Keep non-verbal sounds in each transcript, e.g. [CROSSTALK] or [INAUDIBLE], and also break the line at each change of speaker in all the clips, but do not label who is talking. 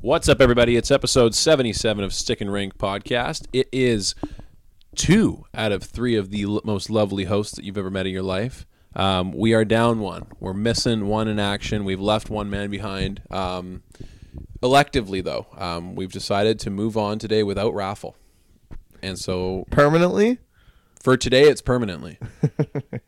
What's up, everybody? It's episode 77 of Stick and Rank Podcast. It is two out of three of the l- most lovely hosts that you've ever met in your life. Um, we are down one. We're missing one in action. We've left one man behind. Um, electively, though, um, we've decided to move on today without raffle. And so
Permanently?
for today, it's permanently.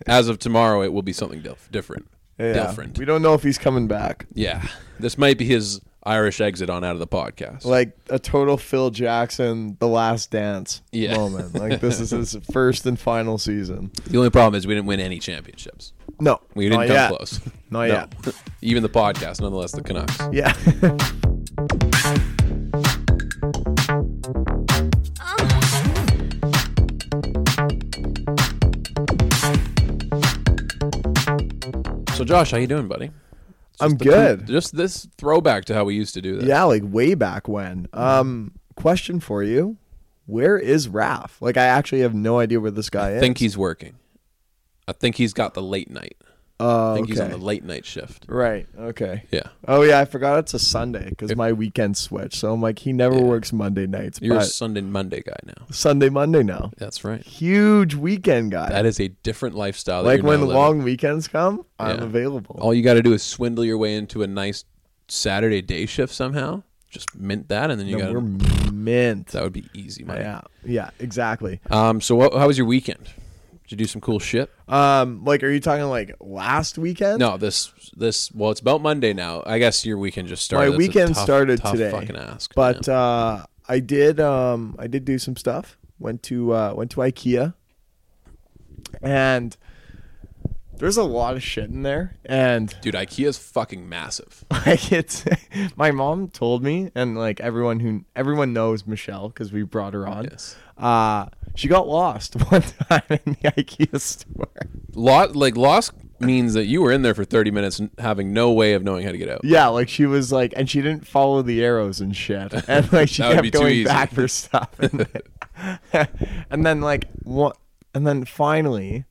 As of tomorrow, it will be something dif- different. Different.
We don't know if he's coming back.
Yeah. This might be his Irish exit on out of the podcast.
Like a total Phil Jackson, The Last Dance
Yeah. [LAUGHS]
moment. Like this is his first and final season.
the only problem is we didn't win any championships.
No,
We didn't
not
come
yet.
close. [LAUGHS]
[LAUGHS] Not
No.
yet.
Even the podcast, nonetheless, the Canucks.
Yeah.
So, Josh, how you doing, buddy? It's just
I'm
the con-
good.
just this throwback to how we used to do this.
yeah, like way back when. Um, question for you: Where is Raph? Like, I actually have no idea where this guy
I
is.
think he's working. I think he's got the late night.
Oh,
I think he's on
okay.
the late night shift.
right. Okay.
Yeah.
Oh yeah, I forgot it's a Sunday because
If-
my weekend switched. So I'm like, he never
Yeah.
works Monday nights,
You're a
but
Sunday Monday guy now.
Sunday Monday now.
That's right.
Huge weekend guy.
That is a different lifestyle. That
like
you're now
when
living.
long weekends come, I'm
Yeah. Oh,
available.
all you got to do is swindle your way into a nice Saturday day shift somehow. Just mint that, and then you
No,
got
we're
to
mint.
that would be easy money.
Yeah, yeah, exactly.
Um. So, what, how was your weekend? Did you do some cool shit?
Um, like, are you talking like last weekend?
No, this this well, it's about Monday now. I guess your weekend just started. That's
My
a
weekend
tough-
started
tough
today,
Fucking ask,
but
man.
uh, I did. Um, I did do some stuff. Went to uh, went to IKEA, and there's a lot of shit in there, and
dude, IKEA's fucking massive.
[LAUGHS] like it's my mom told me and like everyone who everyone knows michelle because we brought her on
Yes.
uh she got lost [LAUGHS] one time in the ikea store
Lot like lost means that you were in there for thirty minutes and having no way of knowing how to get out.
yeah like she was like and she didn't follow the arrows and
[LAUGHS]
shit and like she
That would
kept
be too
going
easy.
back for stuff and, then- [LAUGHS] and then like what and then finally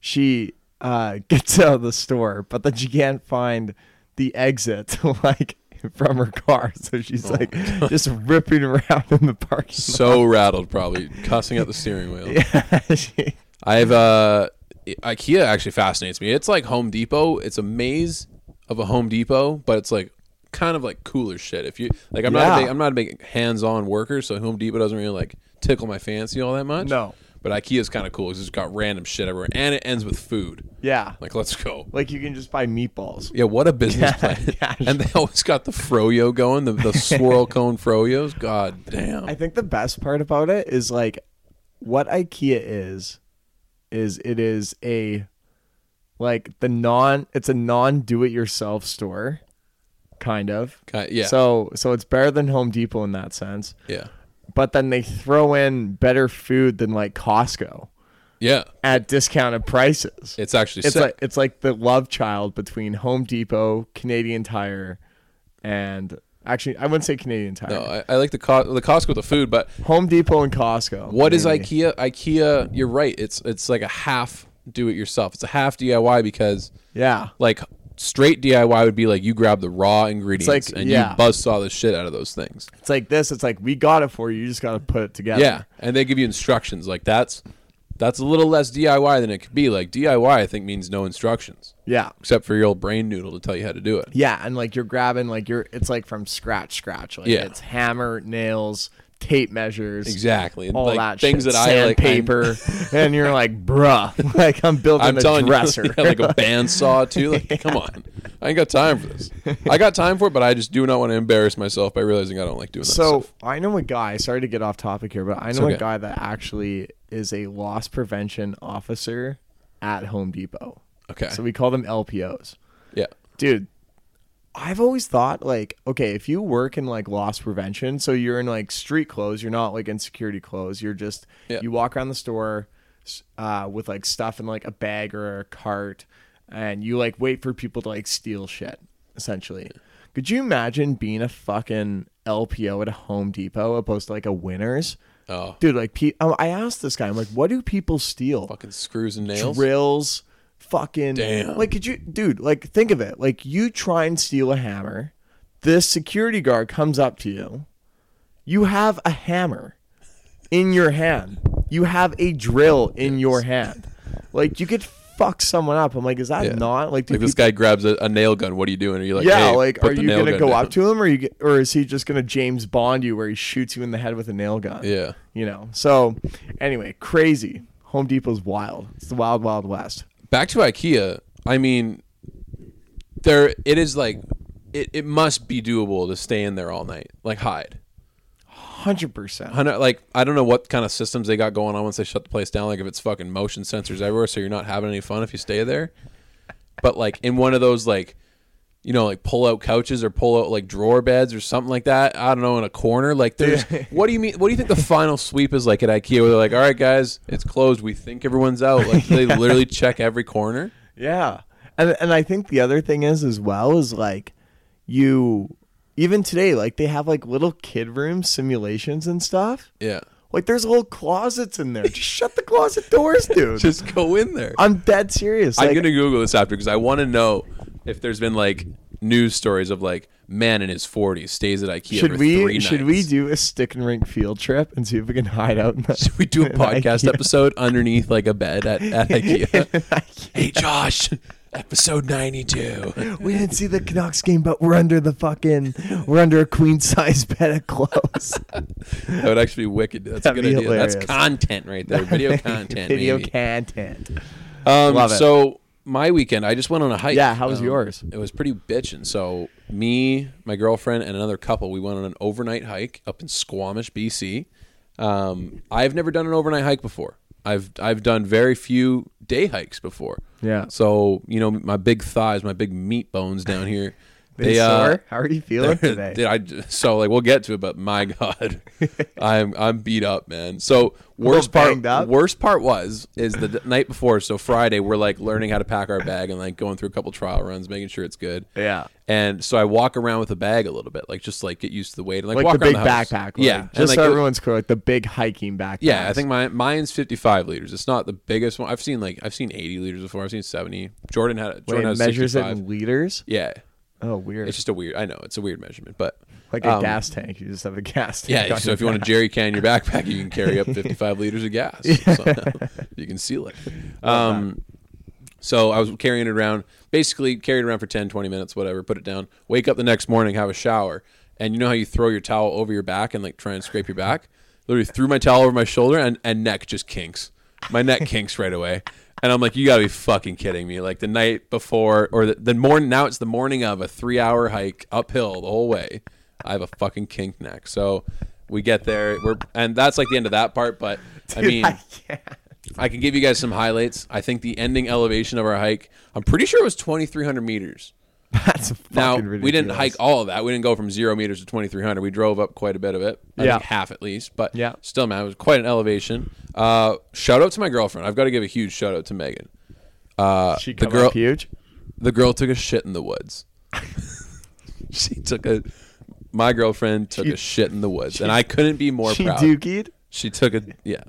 she uh [LAUGHS] gets out of the store but then she can't find the exit [LAUGHS] like from her car so she's like
Oh. [LAUGHS]
just ripping around in the parking
So rattled, probably cussing at the steering wheel.
Yeah, [LAUGHS] she-
I've uh, I- IKEA actually fascinates me. It's like Home Depot. It's a maze of a Home Depot, but it's like kind of like cooler shit. If you like, I'm not a
Yeah.
big, I'm not a big hands-on worker, so Home Depot doesn't really like tickle my fancy all that much.
No.
but IKEA's kind of cool. 'cause It's got random shit everywhere, and it ends with food.
yeah.
Like, let's go.
Like you can just buy meatballs.
Yeah, what a business [LAUGHS] plan!
yeah,
and they always got the froyo going, the, the swirl cone froyos. God damn!
I think the best part about it is like what IKEA is is it is a like the non it's a non do it yourself store kind of.
Ki- yeah,
So so it's better than Home Depot in that sense.
yeah,
But then they throw in better food than like Costco
yeah.
at discounted prices.
It's actually
It's
sick.
like it's like the love child between Home Depot, Canadian Tire, and actually I wouldn't say Canadian Tire.
no, I, I like the co- the Costco with the food, but
Home Depot and Costco.
What is
mainly.
IKEA? IKEA, you're right. It's it's like a half do it yourself. It's a half DIY because
Yeah.
like straight DIY would be like you grab the raw ingredients
like-
and
yeah.
you buzzsaw the shit out of those things.
It's like this. It's like we got it for you. You just gotta put it together.
Yeah. And they give you instructions. Like that's that's a little less DIY than it could be. Like DIY I think means no instructions.
Yeah.
Except for your old brain noodle to tell you how to do it.
Yeah. And like you're grabbing like you're it's like from scratch scratch. Like
Yeah.
it's hammer, nails, tape measures.
Exactly. And
All
like
that
things
shit.
that I like I'm- [LAUGHS]
sandpaper, [LAUGHS] and you're like, bruh, [LAUGHS] like I'm building
I'm
a
telling
dresser.
you, [LAUGHS] yeah, like a bandsaw too. Like, come on, I ain't got time for this. I got time for it, but I just do not want to embarrass myself by realizing I don't like doing that.
[LAUGHS] So
stuff.
I know a guy. Sorry to get off topic here, but I know
okay.
a guy that actually is a loss prevention officer at Home Depot.
okay,
So we call them LPOs,
yeah,
dude. I've always thought like, okay, if you work in like loss prevention, so you're in like street clothes, you're not like in security clothes. You're just
Yeah.
you walk around the store s- uh, with like stuff in like a bag or a cart, and you like wait for people to like steal shit. Essentially, could you imagine being a fucking LPO at a Home Depot opposed to like a Winners?
oh,
Dude, like, pe- um, I asked this guy, I'm like, what do people steal?
fucking screws and nails.
drills, fucking
Damn.
Like, could you, dude? Like, think of it. Like, you try and steal a hammer. This security guard comes up to you. You have a hammer in your hand. You have a drill in your hand. Like you could fuck someone up. I'm like, is that
Yeah.
not like, do
Like this
people-
guy grabs a, a nail gun. What are you doing? Are you like,
yeah,
hey,
like
put
are
the
you
nail
gonna
gun
go
down?
up to him, or you g- or is he just gonna James Bond you, where he shoots you in the head with a nail gun?
Yeah.
you know. So anyway, crazy. Home Depot's wild. It's the wild, wild west.
back to IKEA, I mean, there it is like it, it must be doable to stay in there all night, like hide.
Hundred percent.
Hunter- Like I don't know what kind of systems they got going on once they shut the place down. Like if it's fucking motion sensors everywhere, so you're not having any fun if you stay there. But like in one of those like, you know, like pull out couches or pull out like drawer beds or something like that. I don't know in a corner. Like there's what do you mean? What do you think the final sweep is like at IKEA? Where they're like, all right, guys, it's closed. We think everyone's out. Like they literally check every corner.
Yeah, and and I think the other thing is as well is like you even today like they have like little kid room simulations and stuff.
Yeah.
Like there's little closets in there. Just shut the closet doors, dude.
[LAUGHS] just go in there.
I'm dead serious.
I'm
Like,
gonna Google this after because I want to know if there's been like news stories of like man in his 40s stays at IKEA.
should
for
we
Three
should we
nights.
do a stick and rink field trip and see if we can hide out? In
[LAUGHS]
the,
Should we
[LAUGHS]
do a
in
podcast
IKEA?
episode underneath like a bed at,
[LAUGHS]
at IKEA? hey Josh, episode 92.
[LAUGHS] We didn't see the Canucks game, but we're under the fucking we're under a queen size bed
[LAUGHS]
of clothes.
That would actually be wicked. That's
That'd
a
be
good idea. That's
hilarious.
content right
[LAUGHS]
there. Video content.
Video
maybe.
content.
Um,
Love it.
So my weekend, I just went on a hike.
Yeah, how was
Um,
yours?
It was pretty bitchin'. So me, my girlfriend, and another couple, we went on an overnight hike up in Squamish, BC. Um, I've never done an overnight hike before. I've I've done very few day hikes before.
Yeah.
So you know, my big thighs, my big meat bones down here.
They
uh,
sore? How are
[LAUGHS]
you feeling today?
Did I j- so like we'll get to it, but my [LAUGHS] god, I'm I'm beat up, man. So
little
worst part,
banged up?
worst part was is the d- night before. So Friday, we're like learning how to pack our bag and like going through a couple trial runs, making sure it's good.
Yeah.
And so I walk around with a bag a little bit, like just like get used to the weight, and like,
like
walk
the big
around the house.
backpack. Like,
yeah, and,
just
like,
so
it-
everyone's clear, like the big hiking backpack.
yeah, I think my mine's 55 liters. It's not the biggest one. I've seen like I've seen 80 liters before. I've seen 70. Jordan had
Wait,
Jordan
it
has
measures
65.
it in liters.
yeah,
Oh, weird.
it's just a weird. I know it's a weird measurement, but
like a
um,
gas tank. You just have a gas tank.
Yeah,
on
so
your
if you want to
back.
jerry can your backpack, you can
[LAUGHS]
carry up 55 liters of gas. So you can seal it. Um, so I was carrying it around, basically carried it around for 10, 20 minutes, whatever, put it down, wake up the next morning, have a shower. And you know how you throw your towel over your back and like try and scrape your back? Literally threw my towel over my shoulder and, and neck just kinks. My neck kinks right away. And I'm like, you gotta be fucking kidding me. Like the night before or the, the morning, now it's the morning of a three hour hike uphill the whole way. I have a fucking kink neck. So we get there. We're and that's like the end of that part. But I
[LAUGHS]
mean, I, can give you guys some highlights. I think the ending elevation of our hike. I'm pretty sure it was 2,300 meters.
That's fucking
Now
ridiculous.
we didn't hike all of that. We didn't go from zero meters to 2,300. We drove up quite a bit of it. I
Yeah.
think half at least. But
Yeah.
still, man, it was quite an elevation. Uh, shout out to my girlfriend. I've got to give a huge shout out to Megan. Uh,
She
the
come
girl,
up huge.
the girl took a shit in the woods. [LAUGHS] she took a. My girlfriend took a shit in the woods, and I couldn't be more
She
proud.
dookied.
She took a yeah.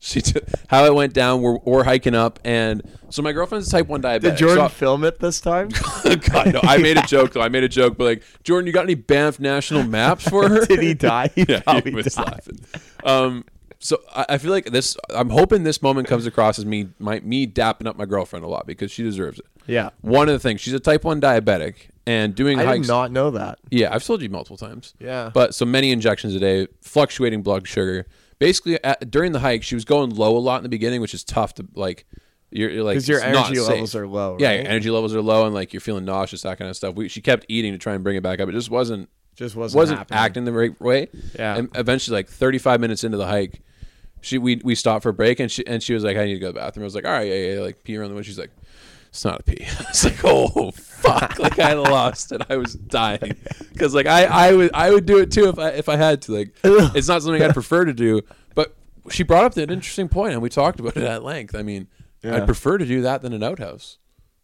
She took how it went down. We're, we're hiking up, and so my girlfriend's type one diabetic.
Did Jordan
so-
film it
[LAUGHS]
this time?
God, no, I made
[LAUGHS]
a joke though. I made a joke, but like Jordan, you got any Banff national maps for her?
[LAUGHS] Did
[LAUGHS]
he die? He
yeah,
probably
he was
died.
laughing. Um, so I, I feel like this. I'm hoping this moment comes across as me my me dapping up my girlfriend a lot because she deserves it.
Yeah.
One of the things she's a type one diabetic and doing
I did
hikes.
not know that.
Yeah, I've told you multiple times.
Yeah.
But so many injections a day, fluctuating blood sugar. Basically, at, during the hike, she was going low a lot in the beginning, which is tough to like. You're, you're like
'Cause your
it's not
energy
safe.
levels are low,
Yeah,
right?
your energy levels are low, and like you're feeling nauseous, that kind of stuff. We, she kept eating to try and bring it back up. It just wasn't
Just wasn't happening.
acting the right way.
Yeah.
And eventually, like 35 minutes into the hike, she we we stopped for a break, and she and she was like, "I need to go to the bathroom." I was like, "All right, yeah, yeah." Like pee around the way. She's like, "It's not a pee." [LAUGHS] It's like, "Oh fuck!" Like I lost it. I was dying because like I I would I would do it too if I if I had to. Like it's not something I'd prefer to do, but she brought up an interesting point, and we talked about it at length. I mean, I'd prefer to do that than an outhouse,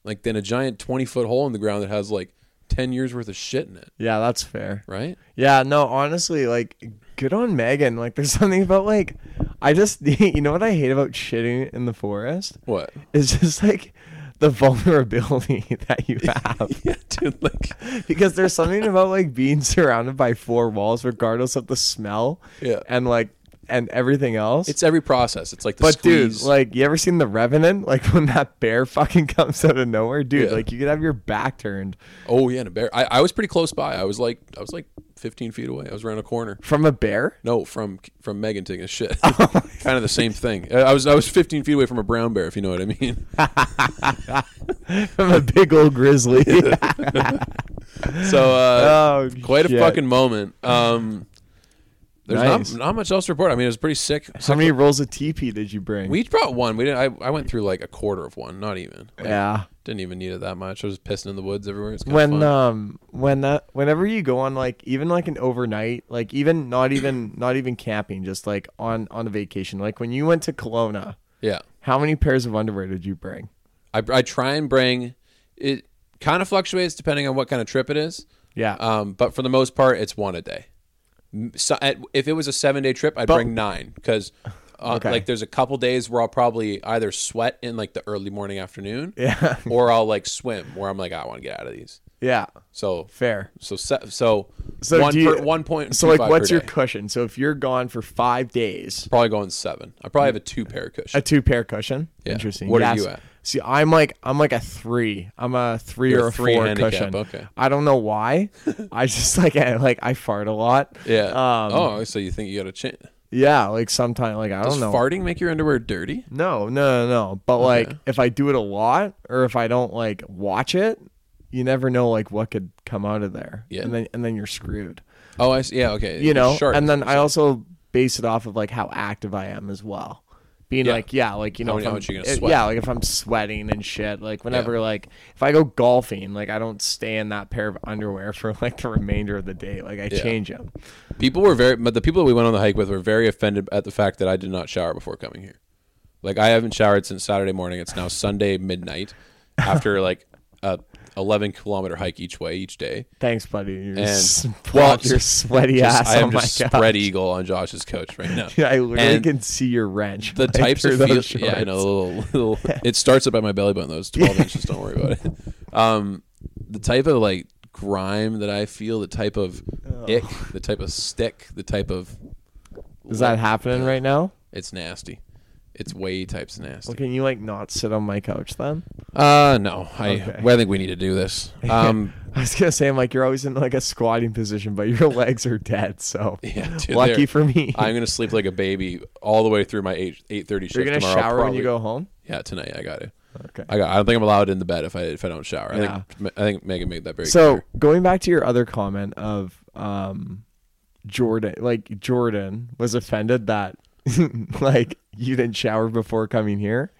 like than a giant 20 foot hole in the ground that has like 10 years worth of shit in it.
Yeah, that's fair.
Right?
Yeah, no, honestly, like, good on Megan. Like, there's [LAUGHS] something about, like, [LAUGHS] I just, you know what I hate about shitting in the forest?
What?
It's just, like, the vulnerability [LAUGHS] that you have
[LAUGHS] yeah, dude. Like,
because there's something about like being surrounded by four walls regardless of the smell
Yeah.
and like and everything else
it's every process. It's like the
but
squeeze.
dude like you ever seen the revenant [LAUGHS] like when that bear fucking [LAUGHS] comes out of nowhere dude
Yeah.
like you could have your back turned
oh yeah, and a bear. I, I was pretty close by. I was like, I was like 15 feet away. I was around a corner.
from a bear [LAUGHS]
No, from from Megan taking a shit.
Oh
kind of the same thing. I I was I was 15 feet away from a brown bear, if you know what I mean. [LAUGHS]
from a big
[LAUGHS]
old grizzly
So uh,
[LAUGHS] oh
quite
shit.
a fucking moment. Um, there's
Nice.
not, not much else to report. I mean, it was pretty sick.
how many rolls of teepee did you bring
We each brought one. We didn't. I, I went through like a quarter of one. Not even. Like,
yeah
Didn't even need it that much. I was pissing in the woods everywhere. It's
when
when fun.
um when that whenever you go on like even like an overnight like even not even
[CLEARS THROAT]
not even camping just like on on a vacation like when you went to Kelowna
yeah,
how many pairs of underwear did you bring
I I try and bring it. Kind of fluctuates depending on what kind of trip it is.
yeah
Um, but for the most part, it's one a day. M- So, at, if it was a seven day trip, I'd
But-
bring nine because, uh,
Okay.
like, there's a couple days where I'll probably either sweat in like the early morning afternoon,
[LAUGHS] yeah [LAUGHS]
or I'll like swim where I'm like, I want to get out of these.
yeah
So,
fair
so se- so
So
one
do you-
per, one point.
so like what's your
day.
cushion so if you're gone for 5 days
probably going seven? I probably have a two pair
a
cushion.
two pair cushion
Yeah.
interesting
What are you at?
see I'm like I'm like a 3 I'm a 3
You're
or
a
a
three
4
handicap,
cushion
okay.
I don't
[LAUGHS]
know why I just like I like I fart a lot
yeah.
um,
oh, so you think you got a chance?
yeah like sometimes like I
Does
don't know
farting make your underwear dirty?
No, no, no, no. But like, if I do it a lot, or if I don't like watch it, you never know like what could come out of there.
Yeah.
and then and then you're screwed.
Oh, I see. Yeah. Okay.
You know.
Sharks.
And then I also base it off of like how active I am as well. Being
Yeah.
like, yeah, like you know,
How
if
many- how
I'm-
much you gonna
it-
sweat?
yeah, like if I'm sweating and shit, like whenever, like if I go golfing, like I don't stay in that pair of underwear for like the remainder of the day. Like I
Yeah.
change them.
People were very, but the people that we went on the hike with were very offended at the fact that I did not shower before coming here. Like I haven't showered since Saturday morning. It's now Sunday midnight,
[LAUGHS]
after like a eleven kilometer hike each way each day.
Thanks, buddy. You're
And-
s- [LAUGHS]
well,
your sweaty
Just-
ass
I am
on
just
oh my couch.
spread eagle on Josh's couch right now.
[LAUGHS] Yeah, I literally
And
can see your wrench. [LAUGHS]
The
like,
types
through
of
those
feel, yeah, I
shorts.
know. Little, little,
[LAUGHS]
it starts up by my belly button. Those twelve inches. Don't worry about it. Um, the type of like grime that I feel, the type of ick,
Oh.
the type of stick, the type of
Is that happening right now?
It's nasty. It's way types nasty.
Well, can you like not sit on my couch then?
Uh no, I
Okay.
well, I think we need to do
[LAUGHS]
this. Um,
I was gonna say I'm like you're always in like a squatting position, but your [LAUGHS] legs are dead. So
[LAUGHS]
[LAUGHS]
yeah, dude,
lucky
there-
for me.
I'm gonna sleep like a baby all the way through my eight eight thirty shift.
[LAUGHS] you're gonna
tomorrow,
shower when
probably.
you go home.
Yeah, tonight I got to.
Okay.
I got. I don't think I'm allowed in the bed if I if I don't shower. I
Yeah.
think I think Megan made that very
So
clear.
going back to your other comment of um, Jordan, like Jordan was offended that [LAUGHS] like you didn't shower before coming here.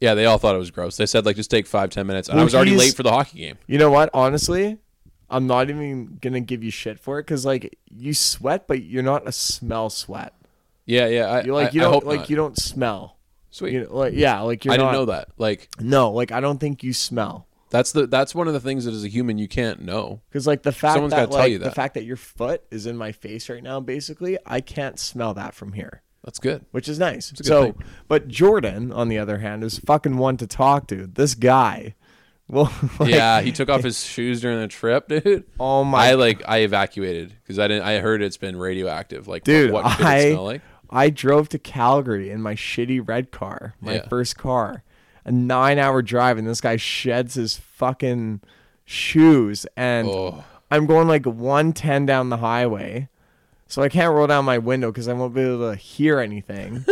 Yeah, they all thought it was gross. They said like just take five ten minutes, and I
Well,
was already
he's-
late for the hockey game.
You know what? Honestly, I'm not even gonna give you shit for it because like you sweat, but you're not a smell sweat.
Yeah, yeah. I,
You like you
I- I
don't
hope
like
not.
you don't smell.
Sweet.
You know, like yeah, like you're
I didn't
not-
know that. Like
No, like I don't think you smell
that's the that's one of the things that as a human you can't know.
because like the fact
Someone's
that
gotta tell
like
you
the
that.
fact that your foot is in my face right now, basically, I can't smell that from here,
That's good.
which is nice.
a good
So,
thing.
but Jordan, on the other hand, is fucking one to talk to. This guy, well, [LAUGHS] like,
yeah, he
[LAUGHS]
took off his shoes during the trip, dude.
Oh my-
I like I evacuated because I didn't. I heard it's been radioactive. Like,
dude,
what, could
I
it smell like?
I drove to Calgary in my shitty red car, my
Yeah.
first car, a nine-hour drive, and this guy sheds his fucking shoes, and
Oh.
I'm going like 110 down the highway, so I can't roll down my window because I won't be able to
[LAUGHS]
hear anything,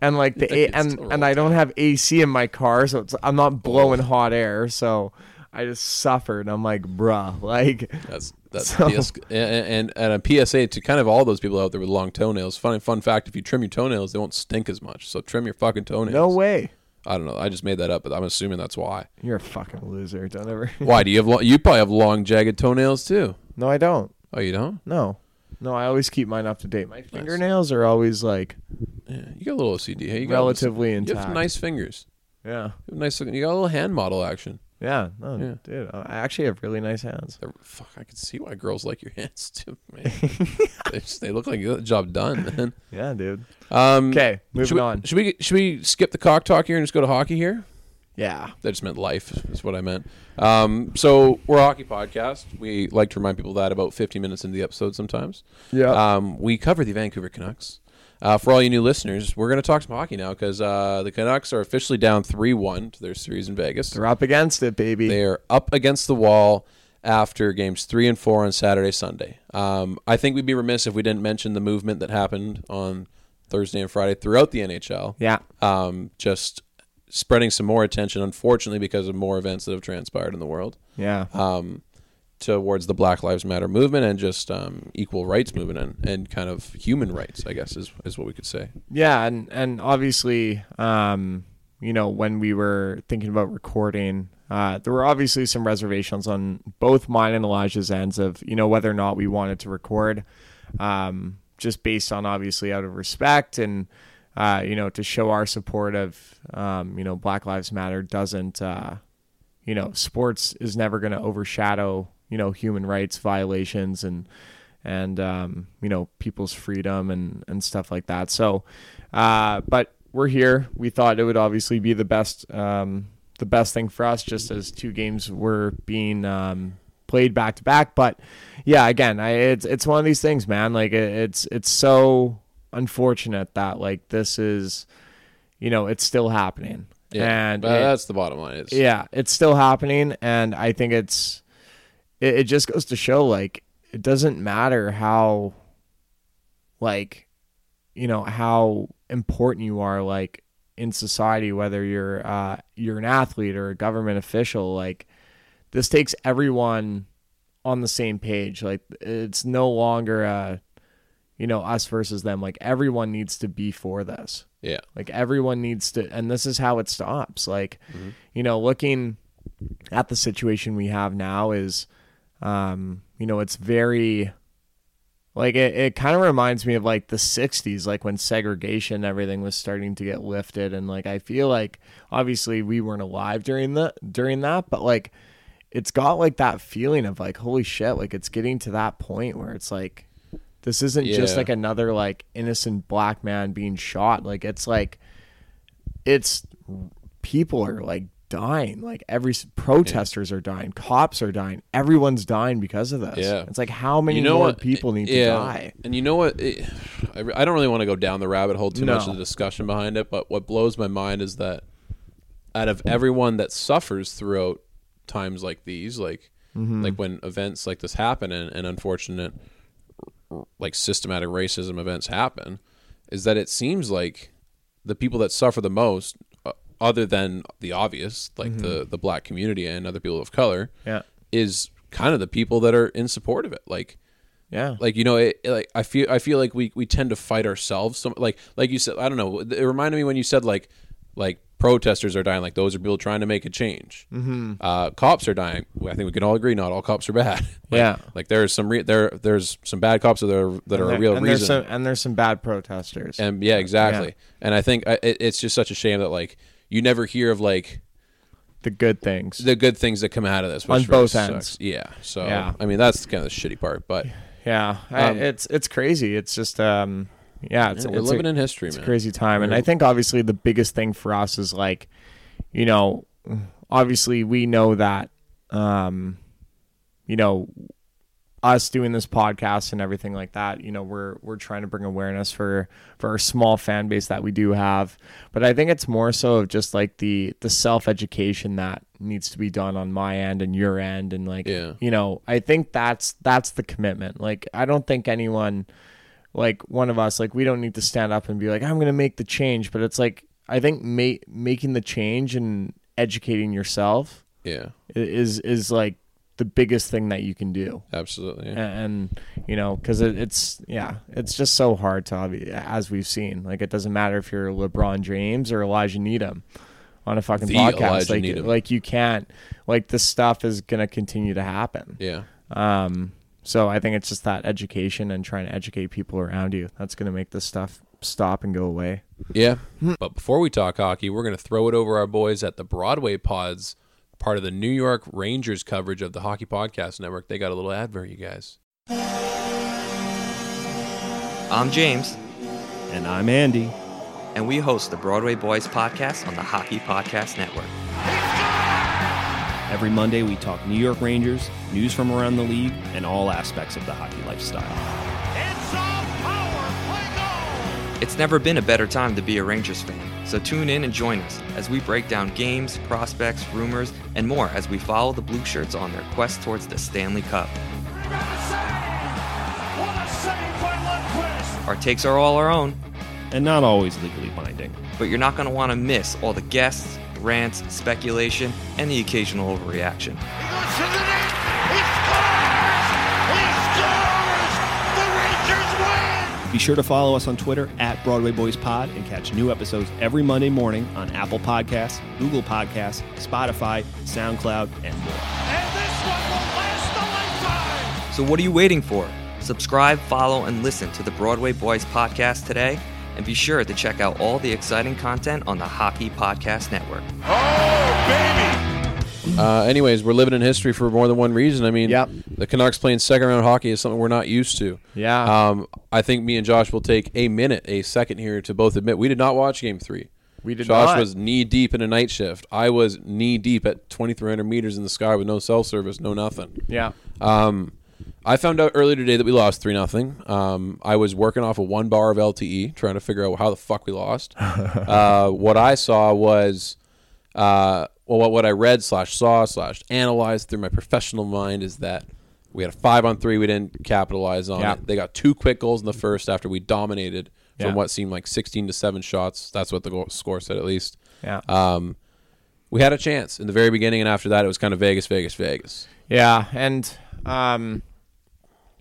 and like the
think
a-
it's
and
still
and I don't have AC in my car, so it's, I'm
Oh.
not blowing hot air, so I just suffered. I'm like, bruh, like
That's that's
[LAUGHS] So-
PS and, and and a PSA to kind of all those people out there with long toenails. Fun fun fact: if you trim your toenails, they won't stink as much. So trim your fucking toenails.
no way,
I don't know. I just made that up, but I'm assuming that's
[LAUGHS]
why.
you're a fucking loser. Don't ever. [LAUGHS]
Why do you have long? You probably have long jagged toenails too.
no, I don't.
Oh, you don't?
No. No, I always keep mine up to date. My fingernails are always like
Yeah, you got a little OCD. Hey, you got
relatively
You
intact.
have nice fingers.
yeah.
You have nice. You got a little hand model action.
Yeah. No,
Yeah.
dude. I actually have really nice hands.
They're- fuck, I can see why girls like your hands [LAUGHS] too,
[LAUGHS]
man. they, just- they look like you got the job done, man.
Yeah, dude.
Um,
Okay,
should
moving
we,
on.
Should we should we skip the cock talk here and just go to hockey here?
Yeah.
That just meant life, is what I meant. Um, so we're a hockey podcast. We like to remind people that about 50 minutes into the episode sometimes.
Yeah.
Um, we cover the Vancouver Canucks. Uh, for all you new listeners, we're going to talk some hockey now because uh, the Canucks are officially down 3 1 to their series in Vegas.
They're up against it, baby.
They are up against the wall after games three and four on Saturday, Sunday. Um, I think we'd be remiss if we didn't mention the movement that happened on Thursday and Friday throughout the NHL.
Yeah.
Um, just spreading some more attention, unfortunately, because of more events that have transpired in the world
yeah.
um, towards the Black Lives Matter movement and just um, equal rights movement and, and kind of human rights, I guess, is, is what we could say.
yeah, and and obviously, um, you know, when we were thinking about recording, uh, there were obviously some reservations on both mine and Elijah's ends of you know whether or not we wanted to record, um, just based on obviously out of respect and. Uh, you know, to show our support of, um, you know, Black Lives Matter doesn't, uh, you know, sports is never going to overshadow, you know, human rights violations and, and, um, you know, people's freedom and, and stuff like that. So, uh, but we're here. We thought it would obviously be the best, um, the best thing for us just as two games were being, um, played back to back. But yeah, again, I, it's, it's one of these things, man. Like it, it's, it's so unfortunate that like this is, you know, it's still happening.
Yeah.
and
But
it-
uh, that's the bottom line. It's,
yeah it's still happening and i think it's it, it just goes to show like it doesn't matter how like you know how important you are like in society whether you're uh you're an athlete or a government official like this takes everyone on the same page like it's no longer uh you know us versus them like everyone needs to be for this
Yeah.
like everyone needs to, and this is how it stops. Like, you know, looking at the situation we have now is, um, you know, it's very, like, it, it kind of reminds me of like the 60s, like when segregation and everything was starting to get lifted. And like, I feel like obviously we weren't alive during the, during that, but like, it's got like that feeling of like, holy shit, like it's getting to that point where it's like, this isn't just
Yeah.
like another like innocent black man being shot. Like it's like it's people are like dying. Like every protesters are dying, cops are dying, everyone's dying because of this.
Yeah.
It's like how many more people need to die.
And you know what? It, I, re- I don't really want to go down the rabbit hole too much
No.
of the discussion behind it, but what blows my mind is that out of everyone that suffers throughout times like these, like
Mm-hmm.
like when events like this happen and, and unfortunate like systematic racism events happen, is that it seems like the people that suffer the most, uh, other than the obvious, like
Mm-hmm.
the the black community and other people of color,
Yeah.
is kind of the people that are in support of it. Like
Yeah.
like you know it, it, like i feel i feel like we we tend to fight ourselves some like like you said i don't know it reminded me when you said like like protesters are dying like those are people trying to make a change mm-hmm. uh cops are dying Well, i think we can all agree not all cops are bad [LAUGHS] Like-
Yeah.
like there's some re- there there's some bad cops that are that are a real
and
reason
There's some, and there's some bad protesters.
and yeah exactly and i think I, it, it's just such a shame that like you never hear of like
the good things.
the good things that come out of this which
On
really
both
sucks.
ends.
yeah so
Yeah.
i mean that's kind of the shitty part but
yeah. I- it's it's crazy. It's just um yeah, it's,
Um, we're
it's
living
a,
in history
it's
man
a crazy time and i think obviously the biggest thing for us is like you know obviously we know that um you know us doing this podcast and everything like that you know we're we're trying to bring awareness for for our small fan base that we do have but i think it's more so of just like the the self education that needs to be done on my end and your end and like
Yeah.
you know i think that's that's the commitment like i don't think anyone like one of us like we don't need to stand up and be like i'm going to make the change but it's like i think ma- making the change and educating yourself
yeah
i- is is like the biggest thing that you can do
absolutely yeah.
A- and you know because it, it's yeah it's just so hard to obvi- as we've seen like it doesn't matter if you're lebron james or elijah needham on a fucking
The
podcast
Elijah
like
Needham.
like you can't like this stuff is going to continue to happen
Yeah.
Um, so I think it's just that education and trying to educate people around you that's going to make this stuff stop and go away.
Yeah. But before we talk hockey, we're going to throw it over our boys at the Broadway Pods, part of the New York Rangers coverage of the Hockey Podcast Network. They got a little advert, you guys.
I'm James,
And I'm Andy.
and we host the Broadway Boys podcast on the Hockey Podcast Network.
Every Monday, we talk New York Rangers, news from around the league, and all aspects of the hockey lifestyle.
It's a power play goal.
It's never been a better time to be a Rangers fan, so tune in and join us as we break down games, prospects, rumors, and more as we follow the Blue Shirts on their quest towards the Stanley Cup.
Got a save. What a save by Lundqvist.
Our takes are all our own,
And not always legally binding.
but you're not going to want to miss all the guests, rants, speculation, and the occasional overreaction.
He goes to the net. He scores. He scores. The Rangers win.
Be sure to follow us on Twitter at Broadway Boys Pod and catch new episodes every Monday morning on Apple Podcasts, Google Podcasts, Spotify, SoundCloud, and more.
And this one will last a lifetime.
So what are you waiting for? Subscribe, follow, and listen to the Broadway Boys podcast today, and be sure to check out all the exciting content on the Hockey Podcast Network.
Uh, anyways, we're living in history for more than one reason. I mean,
Yep.
the Canucks playing second round hockey is something we're not used to.
Yeah.
Um, I think me and Josh will take a minute, a second here to both admit we did not watch game three.
We did
Josh
not.
was knee deep in a night shift. I was knee deep at 2,300 meters in the sky with no cell service, no nothing.
Yeah.
Um, I found out earlier today that we lost three nothing. Um, I was working off of one bar of LTE, trying to figure out how the fuck we
[LAUGHS]
lost. uh, what I saw was, uh, well, what, what I read slash saw slash analyzed through my professional mind is that we had a five on three. We didn't capitalize on
Yeah.
it. They got two quick goals in the first after we dominated
Yeah.
from what seemed like sixteen to seven shots. That's what the goal score said, at least.
Yeah.
Um, we had a chance in the very beginning, and after that, it was kind of Vegas, Vegas, Vegas. [LAUGHS]
Yeah, and um,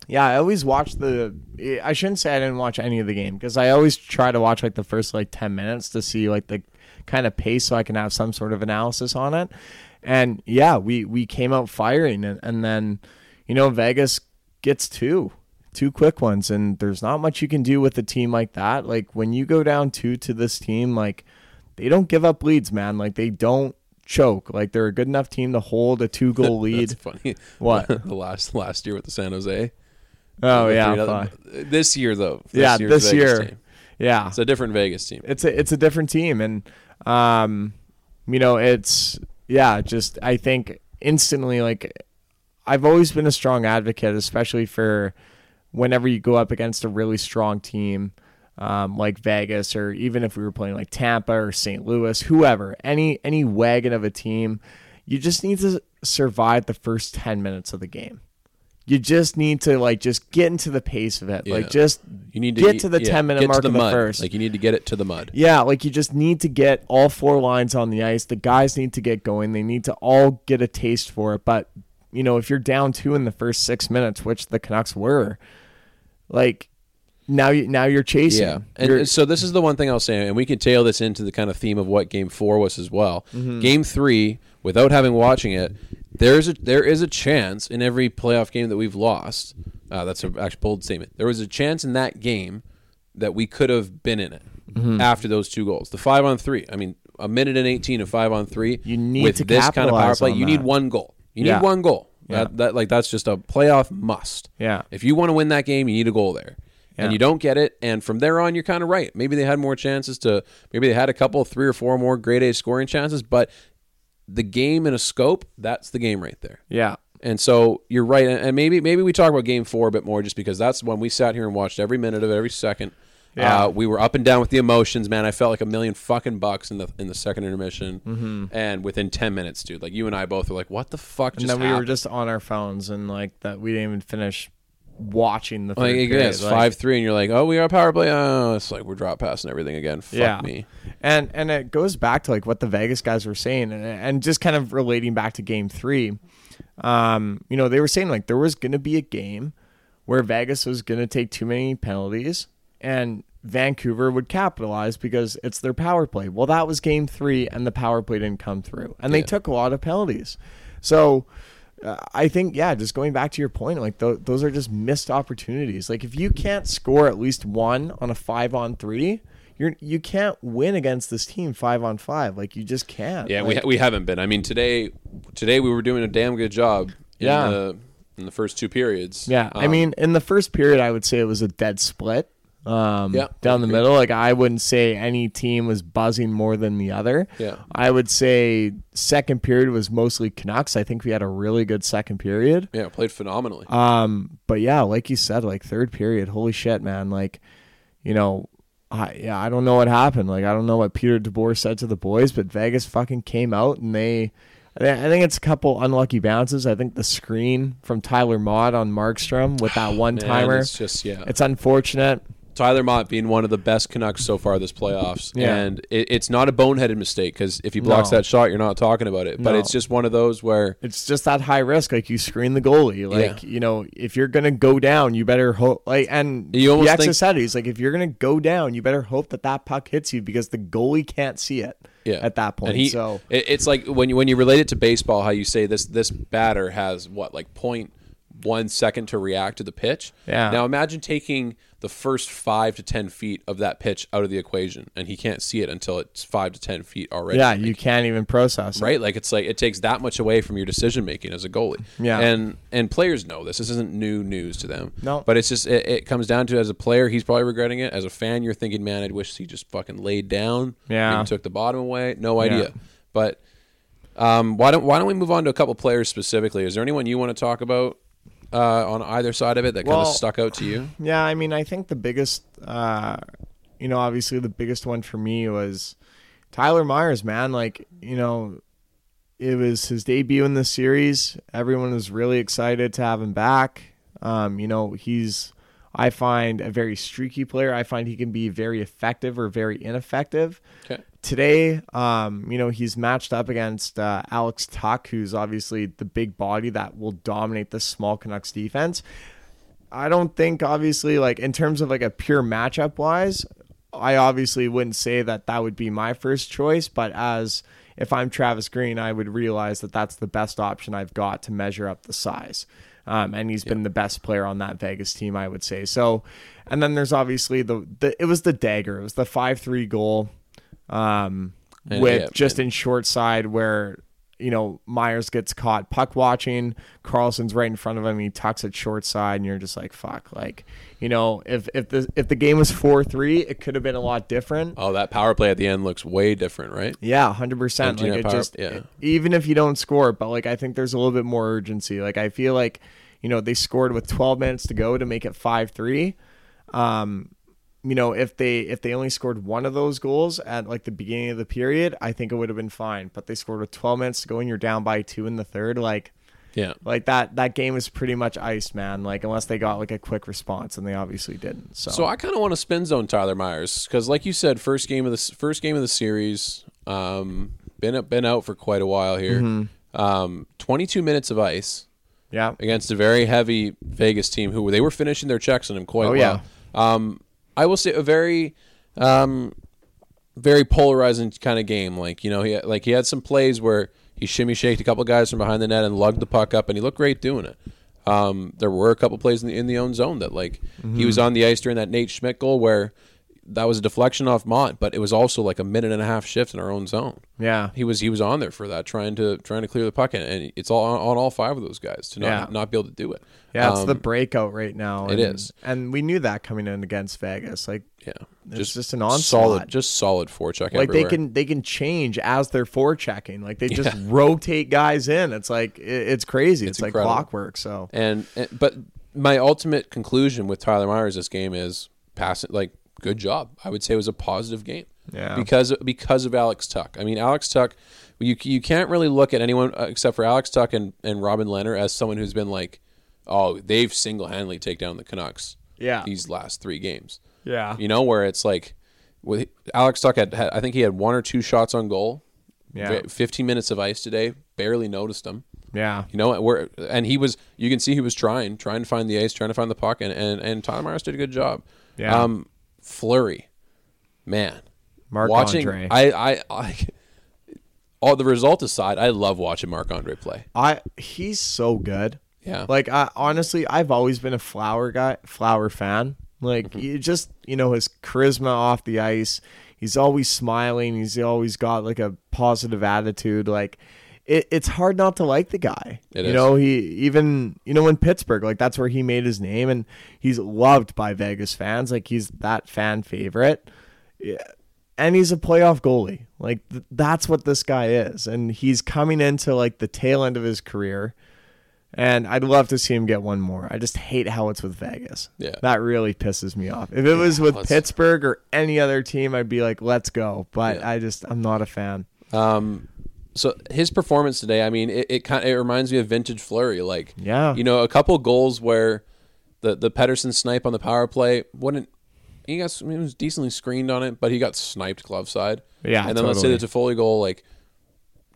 yeah, I always watch the. eh, I shouldn't say I didn't watch any of the game because I always try to watch like the first like ten minutes to see like the kind of pace so I can have some sort of analysis on it. And yeah, we we came out firing, and, and then you know Vegas gets two two quick ones, and there's not much you can do with a team like that. Like when you go down two to this team, like they don't give up leads, man. Like they don't choke. Like they're a good enough team to hold a two goal lead.
That's funny.
What?
[LAUGHS] the last last year with the San Jose.
Oh
The
yeah,
three
fine.
nothing- This year though.
yeah.
year's
This
Vegas
year,
team.
yeah,
It's a different Vegas team.
it's a it's a different team, and um, you know, it's yeah, just I think instantly like I've always been a strong advocate, especially for whenever you go up against a really strong team um, like Vegas, or even if we were playing like Tampa or St. Louis, whoever, any any wagon of a team, you just need to survive the first ten minutes of the game. You just need to like just get into the pace of it,
Yeah.
like just
You need to e
get to the
yeah,
ten minute
get to
mark
the
of the
mud.
first.
Like you need to get it to the mud.
Yeah, like you just need to get all four lines on the ice. The guys need to get going. They need to all get a taste for it. But, you know, if you're down two in the first six minutes, which the Canucks were, like now you now you're chasing.
Yeah. And
You're-
so this is the one thing I'll say, and we can tail this into the kind of theme of what Game Four was as well.
Mm-hmm.
Game Three, without having watching it, there is a there is a chance in every playoff game that we've lost. Uh, that's an actually bold statement. There was a chance in that game that we could have been in it
Mm-hmm.
after those two goals. The five on three. I mean, a minute and eighteen of five on three.
You need
with
to
this kind of power
capitalize
play.
on
You need
that.
one goal. You
Yeah.
need one goal.
Yeah.
That, that like that's just a playoff must.
Yeah.
If you want to win that game, you need a goal there.
Yeah.
And you don't get it. And from there on, you're kind of right. Maybe they had more chances to, maybe they had a couple, three or four more grade A scoring chances, but the game in a scope, that's the game right there.
yeah.
And so you're right. And and maybe maybe we talk about game four a bit more just because that's when we sat here and watched every minute of every second.
Yeah.
Uh, we were up and down with the emotions, man. I felt like a million fucking bucks in the in the second intermission, and within ten minutes, dude. Like you and I both were like, "What the fuck?" Just
Mm-hmm. and then we were
happened?"
just on our phones and like that we didn't even finish watching the third
Like,
period.
yeah, it's
Like,
five three, and you're like, oh, we are power play. Oh, it's like we're drop passing everything again. Fuck me.
And and it goes back to like what the Vegas guys were saying and, and just kind of relating back to game three. Um, you know, they were saying like there was gonna be a game where Vegas was gonna take too many penalties and Vancouver would capitalize because it's their power play. Well, that was game three and the power play didn't come through. And they took a lot of penalties. So uh, I think, yeah, just going back to your point, like th- those are just missed opportunities. Like if you can't score at least one on a five on three, you're you can't win against this team five on five. Like you just can't.
Yeah,
Like,
we we haven't been. I mean, today today we were doing a damn good job. In
Yeah.
The, in the first two periods.
yeah. I
Um,
mean, in the first period, I would say it was a dead split. um,
Yeah,
down the
agreed.
middle. Like I wouldn't say any team was buzzing more than the other.
Yeah.
I would say second period was mostly Canucks. I think we had a really good second period.
Yeah, played phenomenally.
Um, but yeah, like you said, like third period, holy shit, man! Like, you know, I yeah, I don't know what happened. Like, I don't know what Peter DeBoer said to the boys, but Vegas fucking came out and they. I thi- I think it's a couple unlucky bounces. I think the screen from Tyler Mott on Markstrom
[SIGHS]
with that one
Man,
timer.
It's just uh, yeah.
it's unfortunate.
Tyler Mott being one of the best Canucks so far this playoffs,
Yeah.
and it, it's not a boneheaded mistake because if he blocks
No.
that shot, you're not talking about it. But
No.
it's just one of those where
it's just that high risk. Like you screen the goalie. Like
Yeah.
you know, if you're gonna go down, you better hope. Like and
You almost
Piazza
think-
said it. He's like, if you're gonna go down, you better hope that that puck hits you because the goalie can't see it.
yeah,
At that point,
And he-
so
it, it's like when you when you relate it to baseball, how you say this this batter has what like point one second to react to the pitch.
Yeah.
Now imagine taking the first five to ten feet of that pitch out of the equation, and he can't see it until it's five to ten feet already.
yeah, you can't even process. it.
right? Like it's like it takes that much away from your decision making as a goalie.
Yeah.
and and players know this. This isn't new news to them.
No.
but it's just it, it comes down to as a player, he's probably regretting it. As a fan, you're thinking, man, I'd wish he just fucking laid down.
Yeah.
and took the bottom away. No
Yeah.
idea, but. Um, why don't why don't we move on to a couple players specifically? Is there anyone you want to talk about uh, on either side of it that kind
Well-
of stuck out to you?
Yeah, I mean, I think the biggest, uh, you know, obviously the biggest one for me was Tyler Myers, man. Like, you know, it was his debut in the series. Everyone was really excited to have him back. Um, you know, he's, I find, a very streaky player. I find he can be very effective or very ineffective.
Okay.
Today, um, you know, he's matched up against uh, Alex Tuck, who's obviously the big body that will dominate the small Canucks defense. I don't think obviously like in terms of like a pure matchup wise, I obviously wouldn't say that that would be my first choice, but as if I'm Travis Green, I would realize that that's the best option I've got to measure up the size. Um, and he's been the best player on that Vegas team, I would say. So, and then there's obviously the, the it was the dagger, it was the five three goal, um,
And,
with
yeah,
just in short side where you know Myers gets caught puck watching, Carlson's right in front of him, he tucks it short side, and you're just like fuck, like you know if if the if the game was four three, it could have been a lot different.
Oh, that power play at the end looks way different, right?
Yeah, hundred percent.
Empty
Like
net
it
power-
just
yeah.
even if you don't score, but like I think there's a little bit more urgency. Like I feel like you know they scored with 12 minutes to go to make it five three. Um, you know if they if they only scored one of those goals at like the beginning of the period, I think it would have been fine. But they scored with 12 minutes to go and you're down by two in the third. Like
Yeah.
like that that game is pretty much iced, man. Like unless they got like a quick response and they obviously didn't. So,
So I kind of want to spin zone Tyler Myers because, like you said, first game of the first game of the series, um, been up, been out for quite a while here. Um, Twenty two minutes of ice
yeah,
against a very heavy Vegas team who they were finishing their checks on him quite
Oh,
well.
yeah.
Um, I will say a very, um, very polarizing kind of game. Like you know, he like he had some plays where he shimmy shaked a couple guys from behind the net and lugged the puck up, and he looked great doing it. Um, there were a couple plays in the in the own zone that like
Mhm.
he was on the ice during that Nate Schmidt goal where that was a deflection off Mont, but it was also like a minute and a half shift in our own zone.
Yeah.
he was he was on there for that, trying to trying to clear the puck, and, and it's all on, on all five of those guys to not
Yeah.
not be able to do it.
yeah, it's
Um,
the breakout right now.
it
and,
is.
and we knew that coming in against Vegas. Like
yeah,
It's just an
solid,
onslaught.
just solid forecheck.
like
everywhere.
they can they can change as they're forechecking. Like
[LAUGHS]
they just rotate guys in. It's like it, it's crazy. It's, like
incredible.
clockwork. So
And, and but my ultimate conclusion with Tyler Myers this game is pass it like good job. I would say it was a positive game.
Yeah.
Because because of Alex Tuck. I mean Alex Tuck you you can't really look at anyone uh, except for Alex Tuck and, and Robin Leonard as someone who's been like oh they've single-handedly take down the Canucks.
Yeah.
These last 3 games.
Yeah.
You know where it's like with Alex Tuck had, had I think he had one or two shots on goal.
Yeah.
Ve- 15 minutes of ice today, barely noticed them.
yeah,
You know, where and he was, you can see he was trying, trying to find the ace, trying to find the puck, and and, and Tyler Myers did a good job.
Yeah.
Um, Flurry, man,
Marc
watching,
Andre.
I, I, I, all the result aside, I love watching Marc Andre play.
I he's so good.
Yeah.
Like I honestly, I've always been a flower guy, flower fan. Like you just you know his charisma off the ice. He's always smiling. He's always got like a positive attitude. Like. it, it's hard not to like the guy.
It
you
is.
know, he even you know in Pittsburgh, like that's where he made his name, and he's loved by Vegas fans. Like he's that fan favorite, yeah. and he's a playoff goalie. Like th- that's what this guy is, and he's coming into like the tail end of his career. And I'd love to see him get one more. I just hate how it's with Vegas.
Yeah.
that really pisses me off. If it was with
let's-
Pittsburgh or any other team, I'd be like, "Let's go." But
Yeah.
I just I'm not a fan.
So his performance today, I mean, it, it kind it reminds me of vintage Flurry. Like,
Yeah.
you know, a couple goals where the the Pedersen snipe on the power play wouldn't. He got I mean, he was decently screened on it, but he got sniped glove side.
Yeah,
and then let's say
totally.
the Toffoli goal like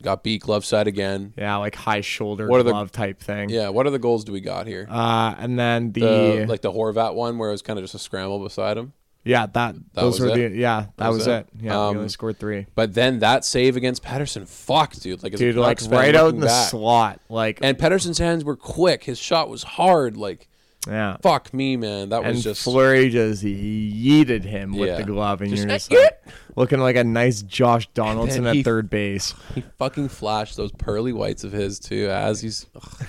got beat glove side again.
Yeah, like high shoulder
What are the-
glove type thing.
Yeah, what other goals do we got here?
Uh, and then the,
the, like the Horvat one where it was kind of just a scramble beside him.
yeah that, those
was
were
it?
the yeah that, was, it. Yeah,
Um,
we only scored three.
But then that save against Pedersen, fuck, dude, like as a
Dude, like
Canucks fan
right out
looking
in the
back-
slot, like
And Pedersen's hands were quick. His shot was hard. Like,
yeah.
fuck me, man, that
And
was just
Flurry just yeeted him with
Yeah.
the glove, and you're
Just,
just like, looking like a nice Josh Donaldson
then
at
he-
third base.
He fucking flashed those pearly whites of his too, as he's ugh.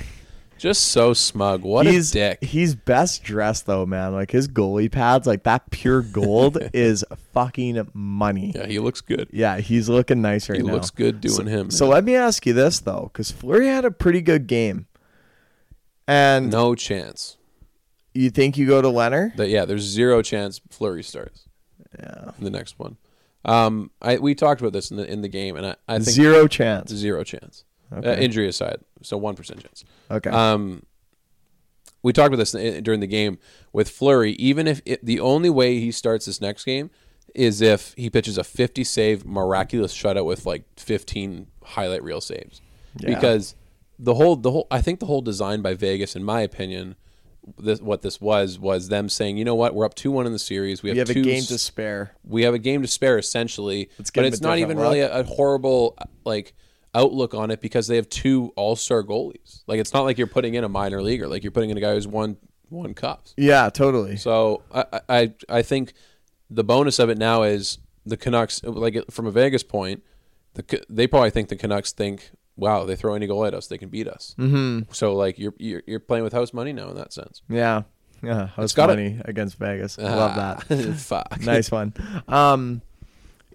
just so smug. [LAUGHS] What
he's
a dick!
he's best dressed though, man. Like his goalie pads, like that
[LAUGHS]
pure gold is fucking money.
Yeah, he looks good.
Yeah, he's looking nice right
He
now.
looks good doing him.
So
man.
let me ask you this though, because Fleury had a pretty good game, and
no chance.
you think you go to Leonard?
That yeah, there's zero chance Flurry starts. Yeah, the next one. Um, I we talked about this in the in the game, and I, I think
Zero chance.
zero chance. Uh, injury aside, so one percent chance.
Okay.
Um, we talked about this i- during the game with Flurry. Even if it, the only way he starts this next game is if he pitches a 50 save miraculous shutout with like 15 highlight reel saves, because the whole the whole I think the whole design by Vegas, in my opinion, this what this was was them saying, you know what, we're up two one in the series. We have,
you have a
two
game
s-
to spare.
we have a game to spare essentially
give
but
them
it's
a
not
different
even really a, a horrible like outlook on it because they have two all-star goalies like it's not like you're putting in a minor leaguer like you're putting in a guy who's won won cups
Yeah, totally.
so I, I- I I think the bonus of it now is the Canucks like from a Vegas point, the C- they probably think the Canucks think wow they throw any goal at us they can beat us. Mm-hmm. So like you're, you're you're playing with house money now in that sense.
yeah, yeah. House
got it.
money against Vegas. Love
Ah.
that.
[LAUGHS] Fuck.
nice one. Um,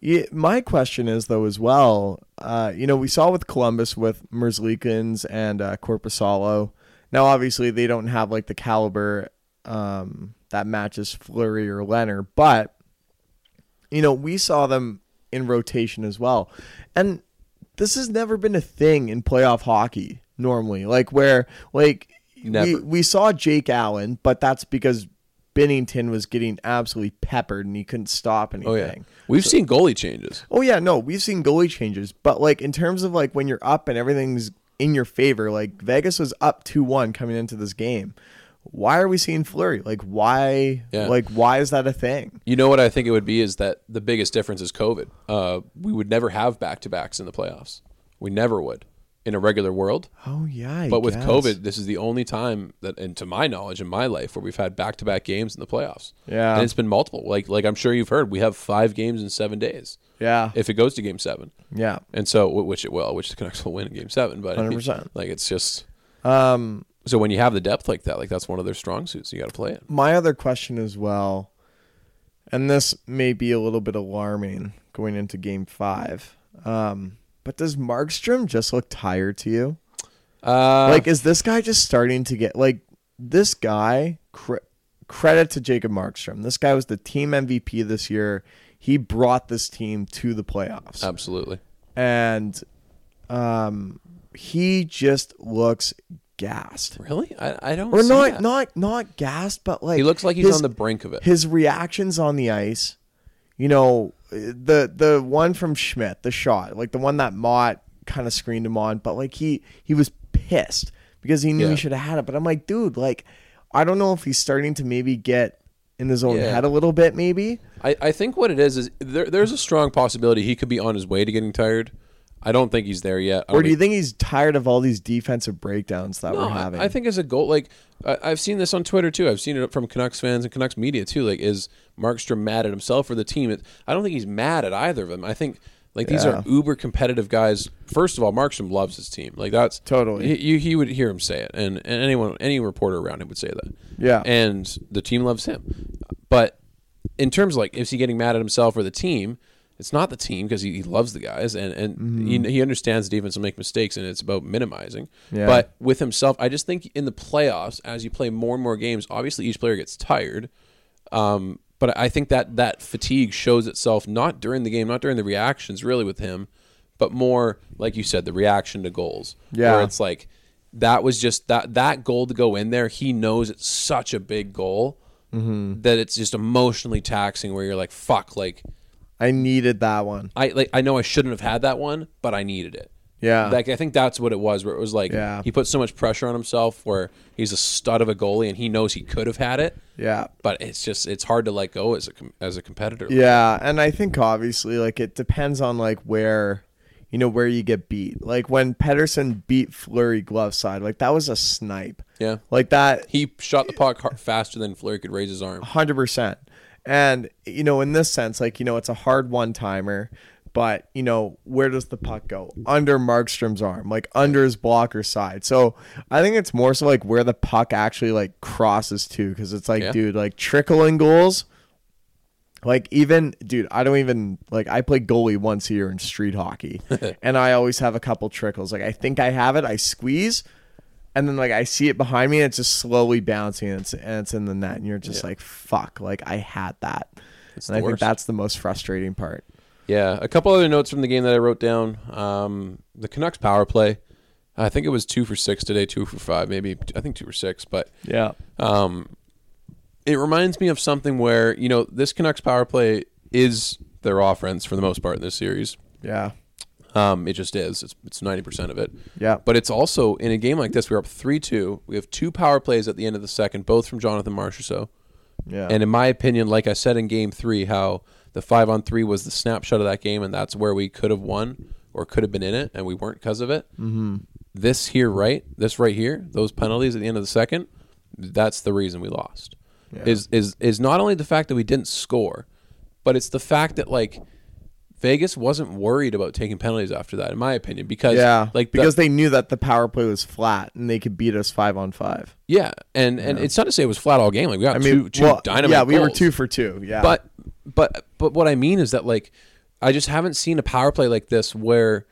y my question is though as well. Uh, you know, we saw with Columbus with Merzlikens and uh, Corpusalo. Now, obviously, they don't have like the caliber um, that matches Flurry or Leonard, but you know, we saw them in rotation as well. And this has never been a thing in playoff hockey normally. Like where like we,
Never.
we saw Jake Allen, but that's because Bennington was getting absolutely peppered and he couldn't stop anything.
Oh yeah, we've seen goalie changes.
Oh yeah, no, we've seen goalie changes, but like in terms of like when you're up and everything's in your favor, like Vegas was up two one coming into this game. Why are we seeing Flurry? Like why?
Yeah.
Like why is that a thing?
You know what I think it would be is that the biggest difference is COVID. Uh, we would never have back to backs in the playoffs. We never would in a regular world.
Oh yeah, I
But with
guess.
COVID, this is the only time that, and to my knowledge, in my life, where we've had back to back games in the playoffs.
Yeah.
and it's been multiple. Like like I'm sure you've heard, we have five games in seven days.
yeah,
If it goes to game seven,
yeah.
and so wh- which it will, which the Canucks will win in game seven, but
100%.
like it's just. Um. So when you have the depth like that, like that's one of their strong suits. You got to play it.
my other question as well, and this may be a little bit alarming going into game five, um, but does Markstrom just look tired to you?
Uh,
like, is this guy just starting to get, like, this guy, cre- credit to Jacob Markstrom. This guy was the team MVP this year. He brought this team to the playoffs.
absolutely.
and um, he just looks gassed.
Really? I, I don't.
Or
see
not,
that.
not, not gassed, but like
He looks like he's
his-
on the brink of it.
his reactions on the ice, you know, the the one from Schmidt, the shot, like the one that Mott kind of screened him on, but like he he was pissed because he knew
Yeah.
he should have had it. But I'm like, dude, like I don't know if he's starting to maybe get in his own
Yeah.
head a little bit, maybe.
I, I think what it is is there, there's a strong possibility he could be on his way to getting tired. I don't think he's there yet. I
Or
don't
do you think he's tired of all these defensive breakdowns that
No,
we're
I-
having?
I think as a goal, like I, I've seen this on Twitter too. I've seen it from Canucks fans and Canucks media too. Like, is Markstrom mad at himself or the team? It, I don't think he's mad at either of them. I think Like these are uber competitive guys. First of all, Markstrom loves his team. Like that's
Totally.
He, you he would hear him say it, and, and anyone any reporter around him would say that.
Yeah.
and the team loves him. But in terms of like, is he getting mad at himself or the team? It's not the team because he, he loves the guys and and
Mm-hmm.
he, he understands that defense will make mistakes and it's about minimizing.
Yeah.
But with himself, I just think in the playoffs, as you play more and more games, obviously each player gets tired. Um, but I think that that fatigue shows itself not during the game, not during the reactions, really with him, but more like you said, the reaction to goals.
Yeah.
where it's like that was just that that goal to go in there. He knows it's such a big goal
Mm-hmm.
that it's just emotionally taxing. Where you're like, fuck, like
I needed that one.
I like I know I shouldn't have had that one, but I needed it.
Yeah.
Like I think that's what it was, where it was like
Yeah.
he put so much pressure on himself where he's a stud of a goalie and he knows he could have had it.
Yeah.
But it's just it's hard to let go as a com- as a competitor.
Yeah, and I think obviously like it depends on like where you know where you get beat. Like when Pedersen beat Flurry glove side, like that was a snipe.
Yeah.
Like that
He shot the puck har- faster than Fleury could raise his arm.
hundred percent. And you know, in this sense, like you know, it's a hard one timer, but you know, where does the puck go? Under Markstrom's arm, like under his blocker side. So I think it's more so like where the puck actually like crosses to, because it's like,
Yeah.
dude, like trickling goals. Like even dude, I don't even like I play goalie once a year in street hockey,
[LAUGHS]
and I always have a couple trickles. Like I think I have it, I squeeze, and then like I see it behind me, and it's just slowly bouncing, and it's, and it's in the net, and you're just like, fuck, like I had that, and
the
I think
worst.
that's the most frustrating part.
Yeah, a couple other notes from the game that I wrote down. Um, the Canucks power play. I think it was two for six today, two for five, maybe. I think two for six, but
Yeah,
it reminds me of something where you know this Canucks power play is their offense for the most part in this series.
yeah,
Um, it just is. It's it's ninety percent of it.
Yeah.
But it's also in a game like this, we're up three two. We have two power plays at the end of the second, both from Jonathan Marchessault.
yeah,
And in my opinion, like I said in game three, how the five on three was the snapshot of that game, and that's where we could have won or could have been in it, and we weren't because of it. Mm-hmm. This here, right? This right here, those penalties at the end of the second, that's the reason we lost. Is is is not only the fact that we didn't score, but it's the fact that like Vegas wasn't worried about taking penalties after that, in my opinion, because
yeah,
like
like
the-
because they knew that the power play was flat and they could beat us five on five.
yeah, and and it's not to say it was flat all game. Like we got
I mean,
two two
well,
dynamite.
yeah, we were
goals.
two for two. Yeah,
but but but what I mean is that like I just haven't seen a power play like this where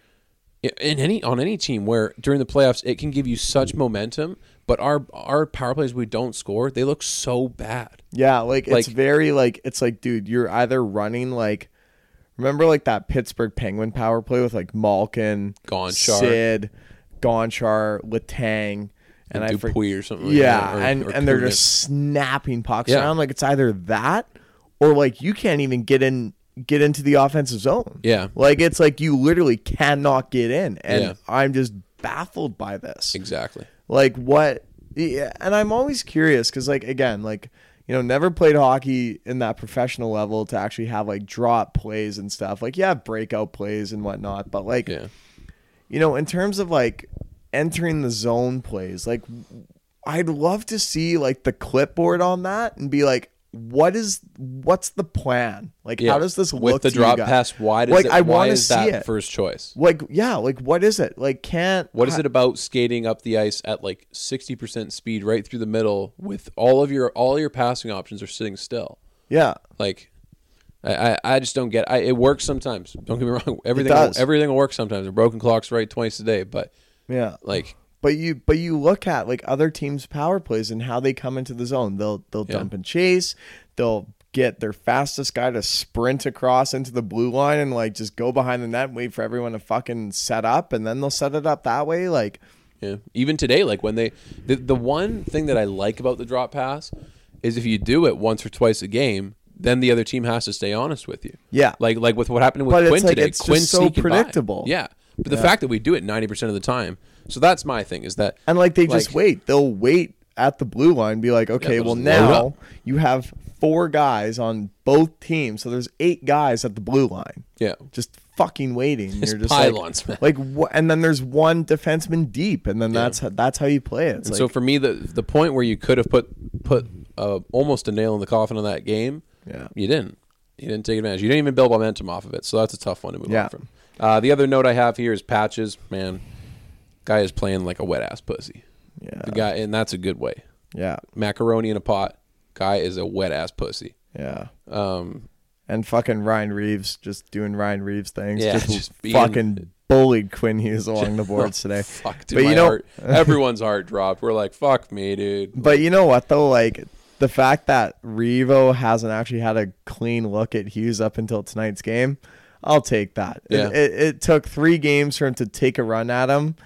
in any on any team where during the playoffs it can give you such momentum, but our our power plays we don't score they look so bad.
Yeah, like,
Like-
it's very like it's like, dude, you're either running like remember like that Pittsburgh Penguin power play with like Malkin,
Gonchar.
Sid, Gonchar, Latang, and, I forget.
Dupuis or something. like
yeah,
that, or-
and
or
and they're
Kunin.
just snapping pucks
Yeah.
around. Like it's either that or like you can't even get in get into the offensive zone.
Yeah.
Like it's like you literally cannot get in. And
Yeah.
I'm just baffled by this
exactly.
like what yeah, and i'm always curious because like again like you know never played hockey in that professional level to actually have like drop plays and stuff like yeah breakout plays and whatnot but like
Yeah.
you know in terms of like entering the zone plays like i'd love to see like the clipboard on that and be like what is what's the plan like
Yeah.
how does this
with
look
the
to you
drop
guys?
pass? Why does
like
it,
i
why
want to
is
see
that
it
first choice?
like yeah like what is it like can't
What is it about skating up the ice at like sixty percent speed right through the middle with all of your all your passing options are sitting still?
yeah
Like, I, I, I just don't get. I, it works sometimes. Don't get me [LAUGHS] wrong. Everything will,
does.
everything will work sometimes. A broken clock's right twice a day, but
yeah
like
But you but you look at like other teams' power plays and how they come into the zone. They'll they'll dump and chase. They'll get their fastest guy to sprint across into the blue line and like just go behind the net and wait for everyone to fucking set up and then they'll set it up that way. Like
yeah. even today, like when they the, the one thing that I like about the drop pass is if you do it once or twice a game, then the other team has to stay honest with you.
Yeah.
like like with what happened with
But it's
Quinn
like,
today.
it's just
Quinn
so
sneaking by.
predictable.
Yeah, but the fact that we do it ninety percent of the time. So that's my thing is that
and like they just
Like-
wait. They'll wait at the blue line, be like, okay,
they'll
well
just load
now
up.
you have four guys on both teams, so there's eight guys at the blue line.
yeah
just fucking waiting. You're just
pylons, man.
like, like wha- and then there's one defenseman deep, and then that's how, that's how you play it. It's
And
like,
so for me, the the point where you could have put put uh, almost a nail in the coffin on that game,
Yeah.
you didn't. He didn't take advantage. You didn't even build momentum off of it, so that's a tough one to move
Yeah.
on from. Uh, the other note I have here is patches. Man, guy is playing like a wet ass pussy.
Yeah.
The guy, and that's a good way.
Yeah.
Macaroni in a pot. Guy is a wet ass pussy.
Yeah. [LAUGHS]
Um,
And fucking Ryan Reeves just doing Ryan Reeves things.
Yeah,
just,
just being-
fucking bullied Quinn Hughes
[LAUGHS]
along the boards today.
fuck, dude,
but
my
you know, [LAUGHS]
heart- everyone's heart dropped. We're like, fuck me, dude.
but you know what though, like the fact that Revo hasn't actually had a clean look at Hughes up until tonight's game, I'll take that. It-
Yeah.
It, it, took three games for him to take a run at him.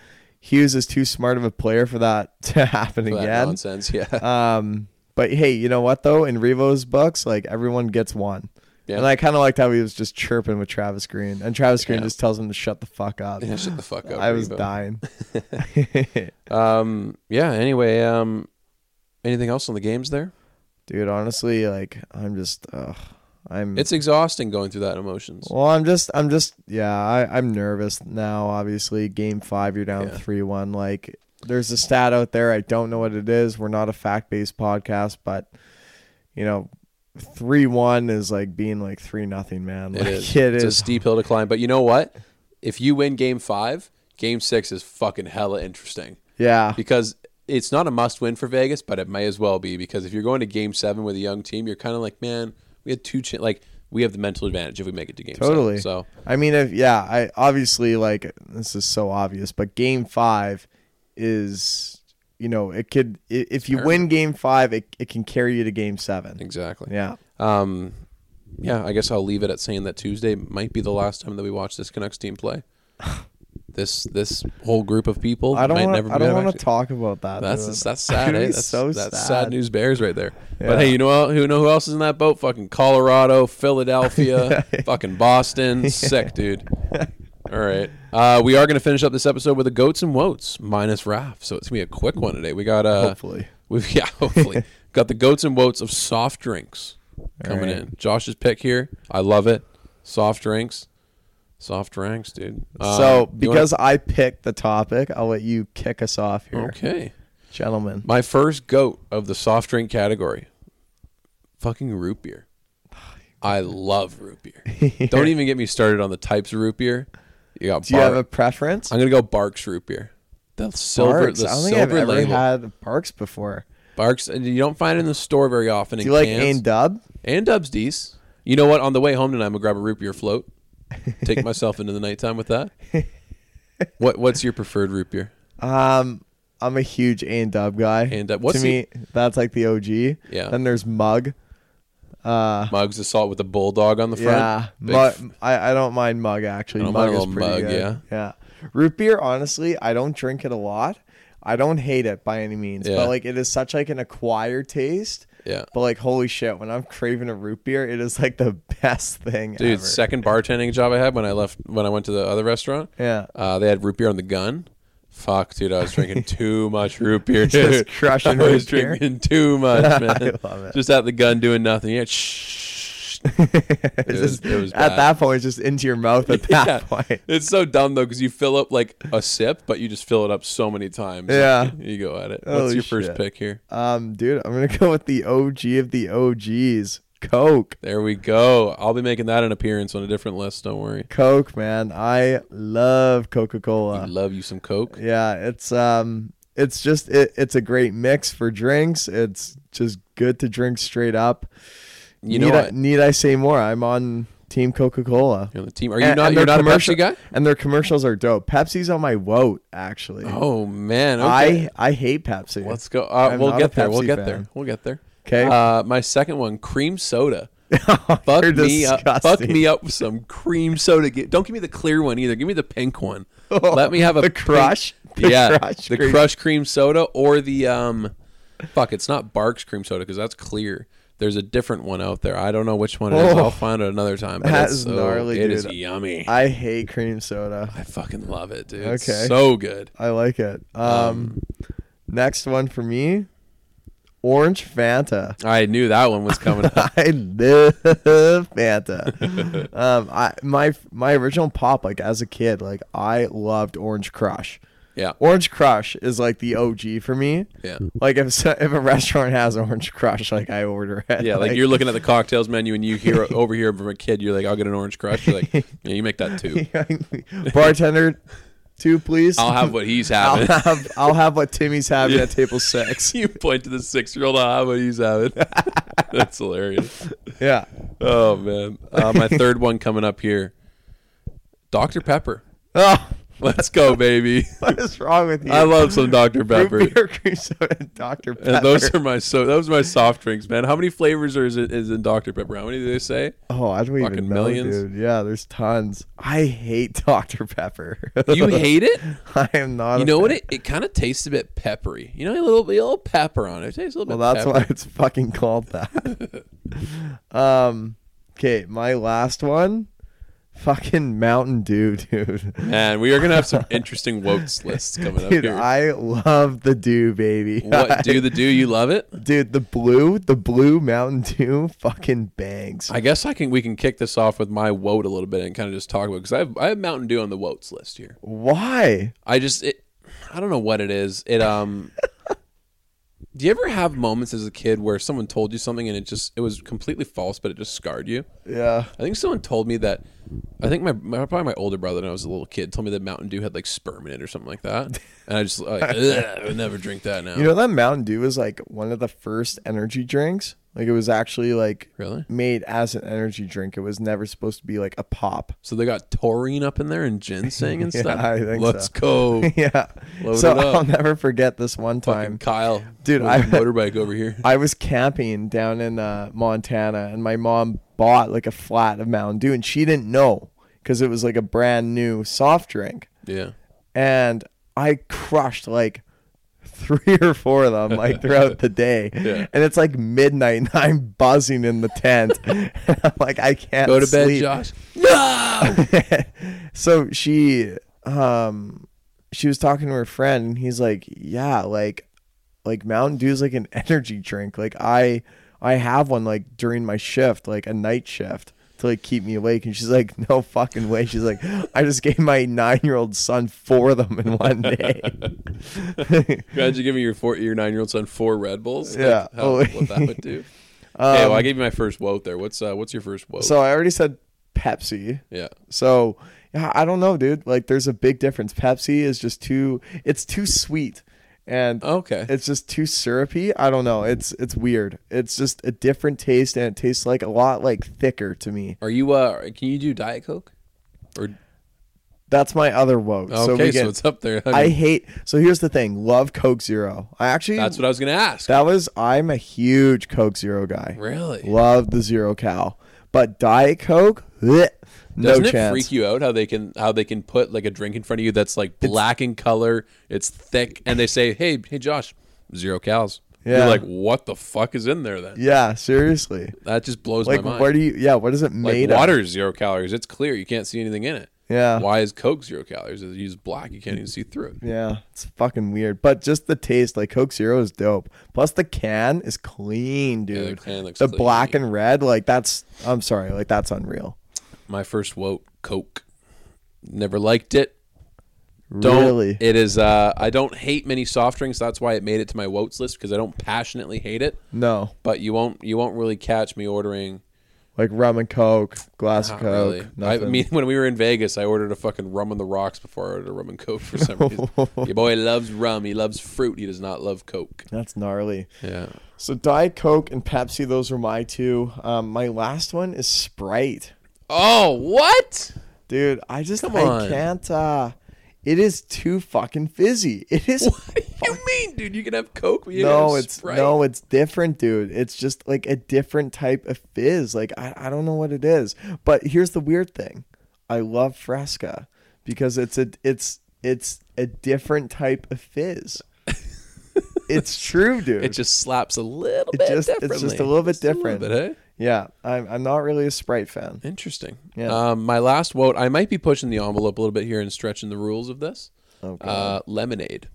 Hughes is too smart of a player for that [LAUGHS] to happen
For that
again.
nonsense. [LAUGHS] Yeah.
Um, but hey, you know what though? In Revo's books, like everyone gets one.
Yeah.
And I kind of liked how he was just chirping with Travis Green, and Travis Green
Yeah.
just tells him to shut the fuck up.
Yeah,
[LAUGHS]
shut the fuck up.
I was
Revo.
dying.
[LAUGHS] Um, yeah. Anyway, um, anything else on the games there?
[LAUGHS] Dude, honestly, like I'm just, ugh, I'm.
It's exhausting going through that emotions.
well, I'm just, I'm just, yeah, I, I'm nervous now. Obviously, game five, you're down
Yeah.
three one. Like, there's a stat out there. I don't know what it is. We're not a fact based podcast, but you know, three one is like being like three nothing, man. Like
It is.
[LAUGHS] it
it's
is
a steep hill to climb. But you know what? If you win game five, game six is fucking hella interesting
Yeah,
because it's not a must win for Vegas, but it may as well be because if you're going to game seven with a young team, you're kind of like, man, we had two, ch-. like, we have the mental advantage if we make it to game
totally.
seven. So,
I mean, if yeah, I obviously like this is so obvious, but game five is you know it could i- if you win game five, it it can carry you to game seven.
exactly.
Yeah,
Um, yeah, I guess I'll leave it at saying that Tuesday might be the last time that we watch this Canucks team
[LAUGHS]
play. This this whole group of people
I don't
might
wanna,
never
I
be
don't
able
want
to-
to talk about that.
That's
dude.
just, that's sad. eh?
It [LAUGHS] would be
That's,
so
that's sad.
sad.
news bears right there.
Yeah.
But hey, you know who know who else is in that boat? Fucking Colorado,
[LAUGHS]
Philadelphia, fucking Boston. Sick, dude. All right, uh, we are going to finish up this episode with the goats and woats minus Raph. So it's gonna be a quick one today. We got uh,
Hopefully.
we've yeah,
[LAUGHS]
hopefully got the goats and woats of soft drinks coming
right.
in. Josh's pick here, I love it. Soft drinks, soft drinks, dude. Um, you
so
wanna-
because I picked the topic, I'll let you kick us off here,
okay.
gentlemen.
My first goat of the soft drink category. Fucking root
[SIGHS]
beer. I love root
[LAUGHS]
beer. Don't even get me started on the types of root beer. You got
Do you have a
Bark-
preference?
I'm gonna go Barks root beer. The silver
Barks.
the
I don't think I've
silver
ever
label.
had Barks before.
Barks you don't find it in the store very often
Do
in
you like
cans.
Ain Dub?
and Dubs D's. You know what? On the way home tonight I'm gonna grab a root beer float.
[LAUGHS]
Take myself into the nighttime with that. What what's your preferred root beer?
Um, I'm a huge A and Dub guy.
A&W. What's
to me? That's like the OG.
Yeah.
Then there's Mug. Uh,
Mugs of salt with a bulldog on the front.
yeah.
Big
Mug.
f-
I, I don't mind Mug actually.
I don't
mug
mind a
is
little
pretty
Mug,
good.
yeah.
Yeah. Root beer, honestly, I don't drink it a lot. I don't hate it by any means,
Yeah.
but like it is such like an acquired taste.
Yeah.
But like, holy shit, when I'm craving a root beer, it is like the [LAUGHS] best thing
Dude,
ever. [LAUGHS]
second bartending job I had when I left when I went to the other restaurant.
Yeah.
Uh, they had root beer on the gun. Fuck, dude, I was
[LAUGHS]
drinking too much root beer.
Just
dude. [LAUGHS]
crushing
I was
root beer.
drinking too
[LAUGHS]
much, man.
love it.
Just at the gun doing nothing. Yeah, shh. it was,
It's just-
it was
at
bad.
that point, it's just into your mouth
[LAUGHS]
at [LAUGHS] that
Yeah.
point.
It's so dumb though, because you fill up like a sip, but you just fill it up so many times.
Yeah.
you go at it. What's
Holy
your first
shit.
pick here?
Um, dude, I'm gonna [LAUGHS] go with the OG of the OGs, Coke.
There we go. I'll be making that an appearance on a different list. Don't worry.
Coke, man, I love Coca-Cola.
Love you some Coke.
Yeah, it's um, it's just it, it's a great mix for drinks. It's just good to drink straight up.
You
need
know
I,
what?
need I say more? I'm on Team Coca-Cola.
You're on the team. Are you
And-
not?
and
You're
their
not a
commercial-
Pepsi guy?
And their commercials are dope. Pepsi's on my vote, actually.
Oh man, okay.
I I hate Pepsi.
let's go. Uh,
I'm
we'll
not
get
a
there. We'll
Pepsi
get
fan.
there. We'll get there.
'Kay.
Uh, my second one, cream soda. Fuck
[LAUGHS] You're
me up. Fuck
disgusting.
me up with some cream soda. Gi- Don't give me the clear one either. Give me the pink one. Let me have a
Oh, The
pink-
Crush? The
yeah,
Crush
the
cream-
crush cream soda or the um, fuck. It's not Barks cream soda because that's clear. There's a different one out there. I don't know which one it is.
Oh.
I'll find it another time. But
That
it's
is
so-
gnarly,
It is
dude.
yummy. I,
I hate cream soda.
fucking love it, dude. It's
Okay.
so good.
I like it. Um, next one for me, orange Fanta.
I knew that one was
[LAUGHS]
coming. up.
I love
[LAUGHS]
Fanta. um, I my my original pop like as a kid, like I loved Orange Crush.
Yeah.
Orange Crush is like the OG for me.
Yeah.
Like if [LAUGHS] so- if a restaurant has Orange Crush, like I order it.
Yeah, like, you're
[LAUGHS]
looking at the cocktails menu and you hear [LAUGHS] over here from a kid, you're like, I'll get an orange crush. You're like,
[LAUGHS]
yeah, you make that too.
bartender, two please.
I'll have what he's
I'll
having.
have I'll have what Timmy's having
[LAUGHS] Yeah.
at table
[LAUGHS]
six.
you point to the six year old, I'll have what he's having. [LAUGHS] That's hilarious.
Yeah.
Oh, man. Uh, my third one coming up here Dr. Pepper.
Oh, [LAUGHS]
Let's go, baby.
what is wrong with you?
I love some Dr. Pepper.
root beer, cream soda, and Dr Pepper.
And those are my so those are my soft drinks, man. How many flavors are is, it, is in Dr Pepper? How many do they say?
oh, I don't
fucking
even know,
millions.
dude. Yeah, there's tons. I hate [LAUGHS] Dr Pepper.
You hate it?
[LAUGHS] I am not.
You
a
know what?
fan.
It, it kind of tastes a bit peppery. You know, a little a little pepper on it. It tastes a little
Well, that's
bit.
why it's fucking called that.
[LAUGHS]
um. Okay, my last one. Fucking Mountain Dew, [LAUGHS] dude.
why. Man, we are gonna have some interesting
[LAUGHS]
wokes lists coming up
Dude,
here.
I love the Dew, baby. [LAUGHS]
what do the do you love it?
Dude, the blue, the blue Mountain Dew fucking bangs.
I guess I can. We can kick this off with my woat a little bit and kind of just talk about because I have I have Mountain Dew on the woats list here.
Why?
I just it, I don't know what it is. It um. do you ever have moments as a kid where someone told you something and it just it was completely false, but it just scarred you?
Yeah.
I think someone told me that. I think my, my probably my older brother when I was a little kid told me that Mountain Dew had like sperm in it or something like
[LAUGHS]
that, and I just like "Ugh, I would never drink that now.
You know that Mountain Dew was like one of the first energy drinks. Like it was actually like
Really?
made as an energy drink. It was never supposed to be like a pop. [LAUGHS]
so they got taurine up in there and ginseng and
Yeah,
stuff.
I think
Let's
so.
go,
[LAUGHS] yeah.
Load
so
it up.
I'll never forget this one
fucking
time.
Kyle,
Dude,
with his
I-
motorbike over
[LAUGHS]
here.
I was camping down in uh, Montana, and my mom bought like a flat of Mountain Dew, and she didn't know because it was like a brand new soft drink.
Yeah,
and I crushed like three or four of them like
[LAUGHS]
throughout the day.
Yeah.
And it's like midnight and I'm buzzing in the tent. [LAUGHS] I'm like I can't
go to bed,
sleep.
Josh. No,
[LAUGHS] So she um she was talking to her friend and he's like, "Yeah, like like Mountain Dew's like an [LAUGHS] energy drink. Like I I have one like during my shift, like a night shift." To like keep me awake, and she's like, "No fucking way." She's like, "I just gave my nine-year-old son four of them in one day."
imagine giving your four your nine year old son four Red Bulls. Like,
Yeah.
how,
Oh.
what that would
[LAUGHS]
do. hey, well, I gave you my first woat there. What's uh, what's your first woat?
So I already said Pepsi.
yeah,
So yeah, I don't know, dude. Like, there's a big difference. Pepsi is just too. It's too sweet, and
Okay.
it's just too syrupy. I don't know. It's it's weird. It's just a different taste, and it tastes like a lot like thicker to me.
are you uh? Can you do Diet Coke? Or
That's my other woe. so
okay,
we
so,
get,
it's up there. I
I
mean,
hate. So here's the thing. Love Coke Zero. I actually.
that's what I was gonna ask.
That was I'm a huge Coke Zero guy.
Really?
Love the Zero Cal, but Diet Coke. bleh, no
Doesn't it
chance.
freak you out how they can how they can put like a drink in front of you that's like black in color, it's thick, and they say, "Hey, hey, Josh, zero cows." You're
Yeah.
like, "What the fuck is in there then?"
Yeah, seriously.
That just blows
Like,
my mind.
where do you? Yeah, what is it made
like
of?
water is zero calories. It's clear. You can't see anything in it.
Yeah.
Why is Coke zero calories? It's used black. You can't even see through it.
Yeah, it's fucking weird. But just the taste, like Coke Zero is dope. Plus the can is clean, dude.
the can looks
the
clean.
black and red, like that's. I'm sorry, like that's unreal.
My first woke Coke. Never liked it. Don't,
Really,
It is. Uh, I don't hate many soft drinks. That's why it made it to my wotes list because I don't passionately hate it.
no,
But you won't. You won't really catch me ordering.
like rum and Coke, glass of
Not
Coke.
really. I
nothing.
mean, [LAUGHS] when we were in Vegas, I ordered a fucking rum on the rocks before I ordered a rum and coke for some
[LAUGHS]
reason. Your boy loves rum. He loves fruit. He does not love coke.
that's gnarly.
Yeah.
So Diet Coke and Pepsi, those are my two. Um, my last one is Sprite.
Oh, what? [LAUGHS]
Dude, I just
Come
I
on.
can't. uh It is too fucking fizzy. It is
[LAUGHS] What do you mean, dude? You can have coke, but you can
no,
have
it's
Sprite?
no, it's different, dude. It's just like a different type of fizz. Like I, I don't know what it is. But here's the weird thing. I love Fresca because it's a it's it's a different type of fizz. it's true, dude.
It just slaps a little
It
bit
just- it's just a
differently.
little bit different.
bit, eh?
yeah, I'm I'm not really a Sprite fan.
Interesting.
Yeah.
Um, my last vote. I might be pushing the envelope a little bit here and stretching the rules of this.
Oh, God.
uh, lemonade.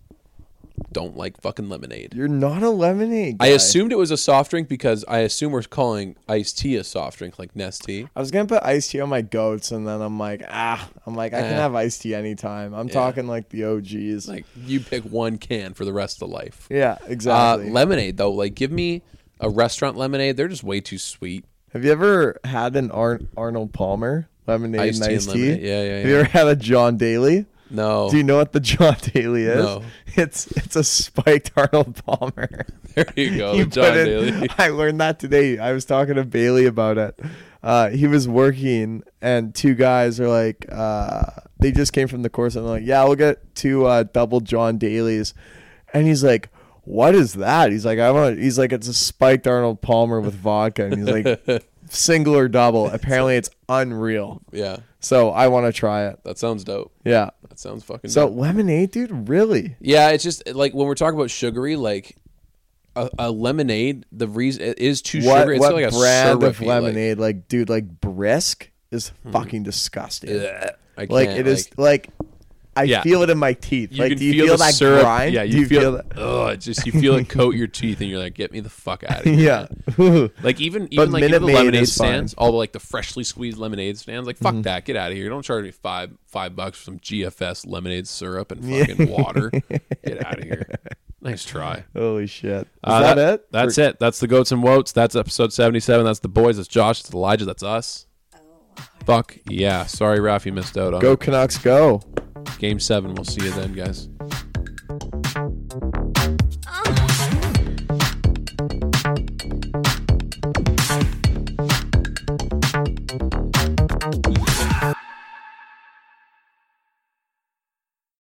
don't like fucking lemonade.
You're not a lemonade. Guy.
I assumed it was a soft drink because I assume we're calling iced tea a soft drink, like Nest tea.
I was gonna put iced tea on my goats, and then I'm like, ah, I'm like, I can
Eh.
have iced tea anytime. I'm talking like the OGs.
Like you pick one can for the rest of life.
yeah,
Uh,
exactly.
lemonade though, like give me a restaurant lemonade. They're just way too sweet.
have you ever had an Ar- Arnold Palmer lemonade
Iced
and
tea and
iced
lemonade. Yeah, yeah,
Have you
yeah.
ever had a John Daly?
No,
[LAUGHS] Do you know what the John Daly is?
No.
It's it's a spiked [LAUGHS] Arnold Palmer.
[LAUGHS] there you go,
He
John
put in-
Daly.
[LAUGHS] I learned that today. I was talking to Bailey about it. Uh, he was working, and two guys are like, uh, they just came from the course, and they're like, yeah, we'll get two uh, double John Daly's, and he's like. What is that? He's like, I want. He's like, it's a spiked Arnold Palmer with vodka, and he's like, single or double. Apparently, it's unreal.
[LAUGHS] Yeah,
So I want to try it.
that sounds dope.
Yeah.
That sounds fucking.
So
dope.
lemonade, dude, really?
Yeah, it's just like when we're talking about sugary, like a, a lemonade. The reason it is too
what
sugary. It's
what
like a
brand of
syrupy, like- Hmm.
lemonade? Like, dude, like brisk is fucking disgusting.
Ugh, I can't,
like it is like, I
Yeah.
feel it in my teeth.
You
like,
can
do you
feel,
feel,
the
that
syrup.
grind?
Yeah, you,
do you
feel.
feel, that?
Ugh, it's just you feel it coat your teeth, and you're like, "Get me the fuck out of
[LAUGHS]
here!"
Yeah. Ooh.
Like even even like
Minute
even the
Maid
lemonade
is fine. Mm-hmm.
stands, all like the freshly squeezed lemonade stands, like fuck that, get out of here! Don't charge me five five bucks for some GFS lemonade syrup
[LAUGHS]
and fucking water. Get out of here! Nice try.
Holy shit! Is
Uh,
that,
that-
it?
That's it. That's the goats and woats. That's episode seventy-seven. That's the boys. That's Josh. That's Elijah. That's us. Fuck yeah! Sorry, Raf, you missed out on
Go
it.
Canucks, go!
game seven. We'll see you then, guys.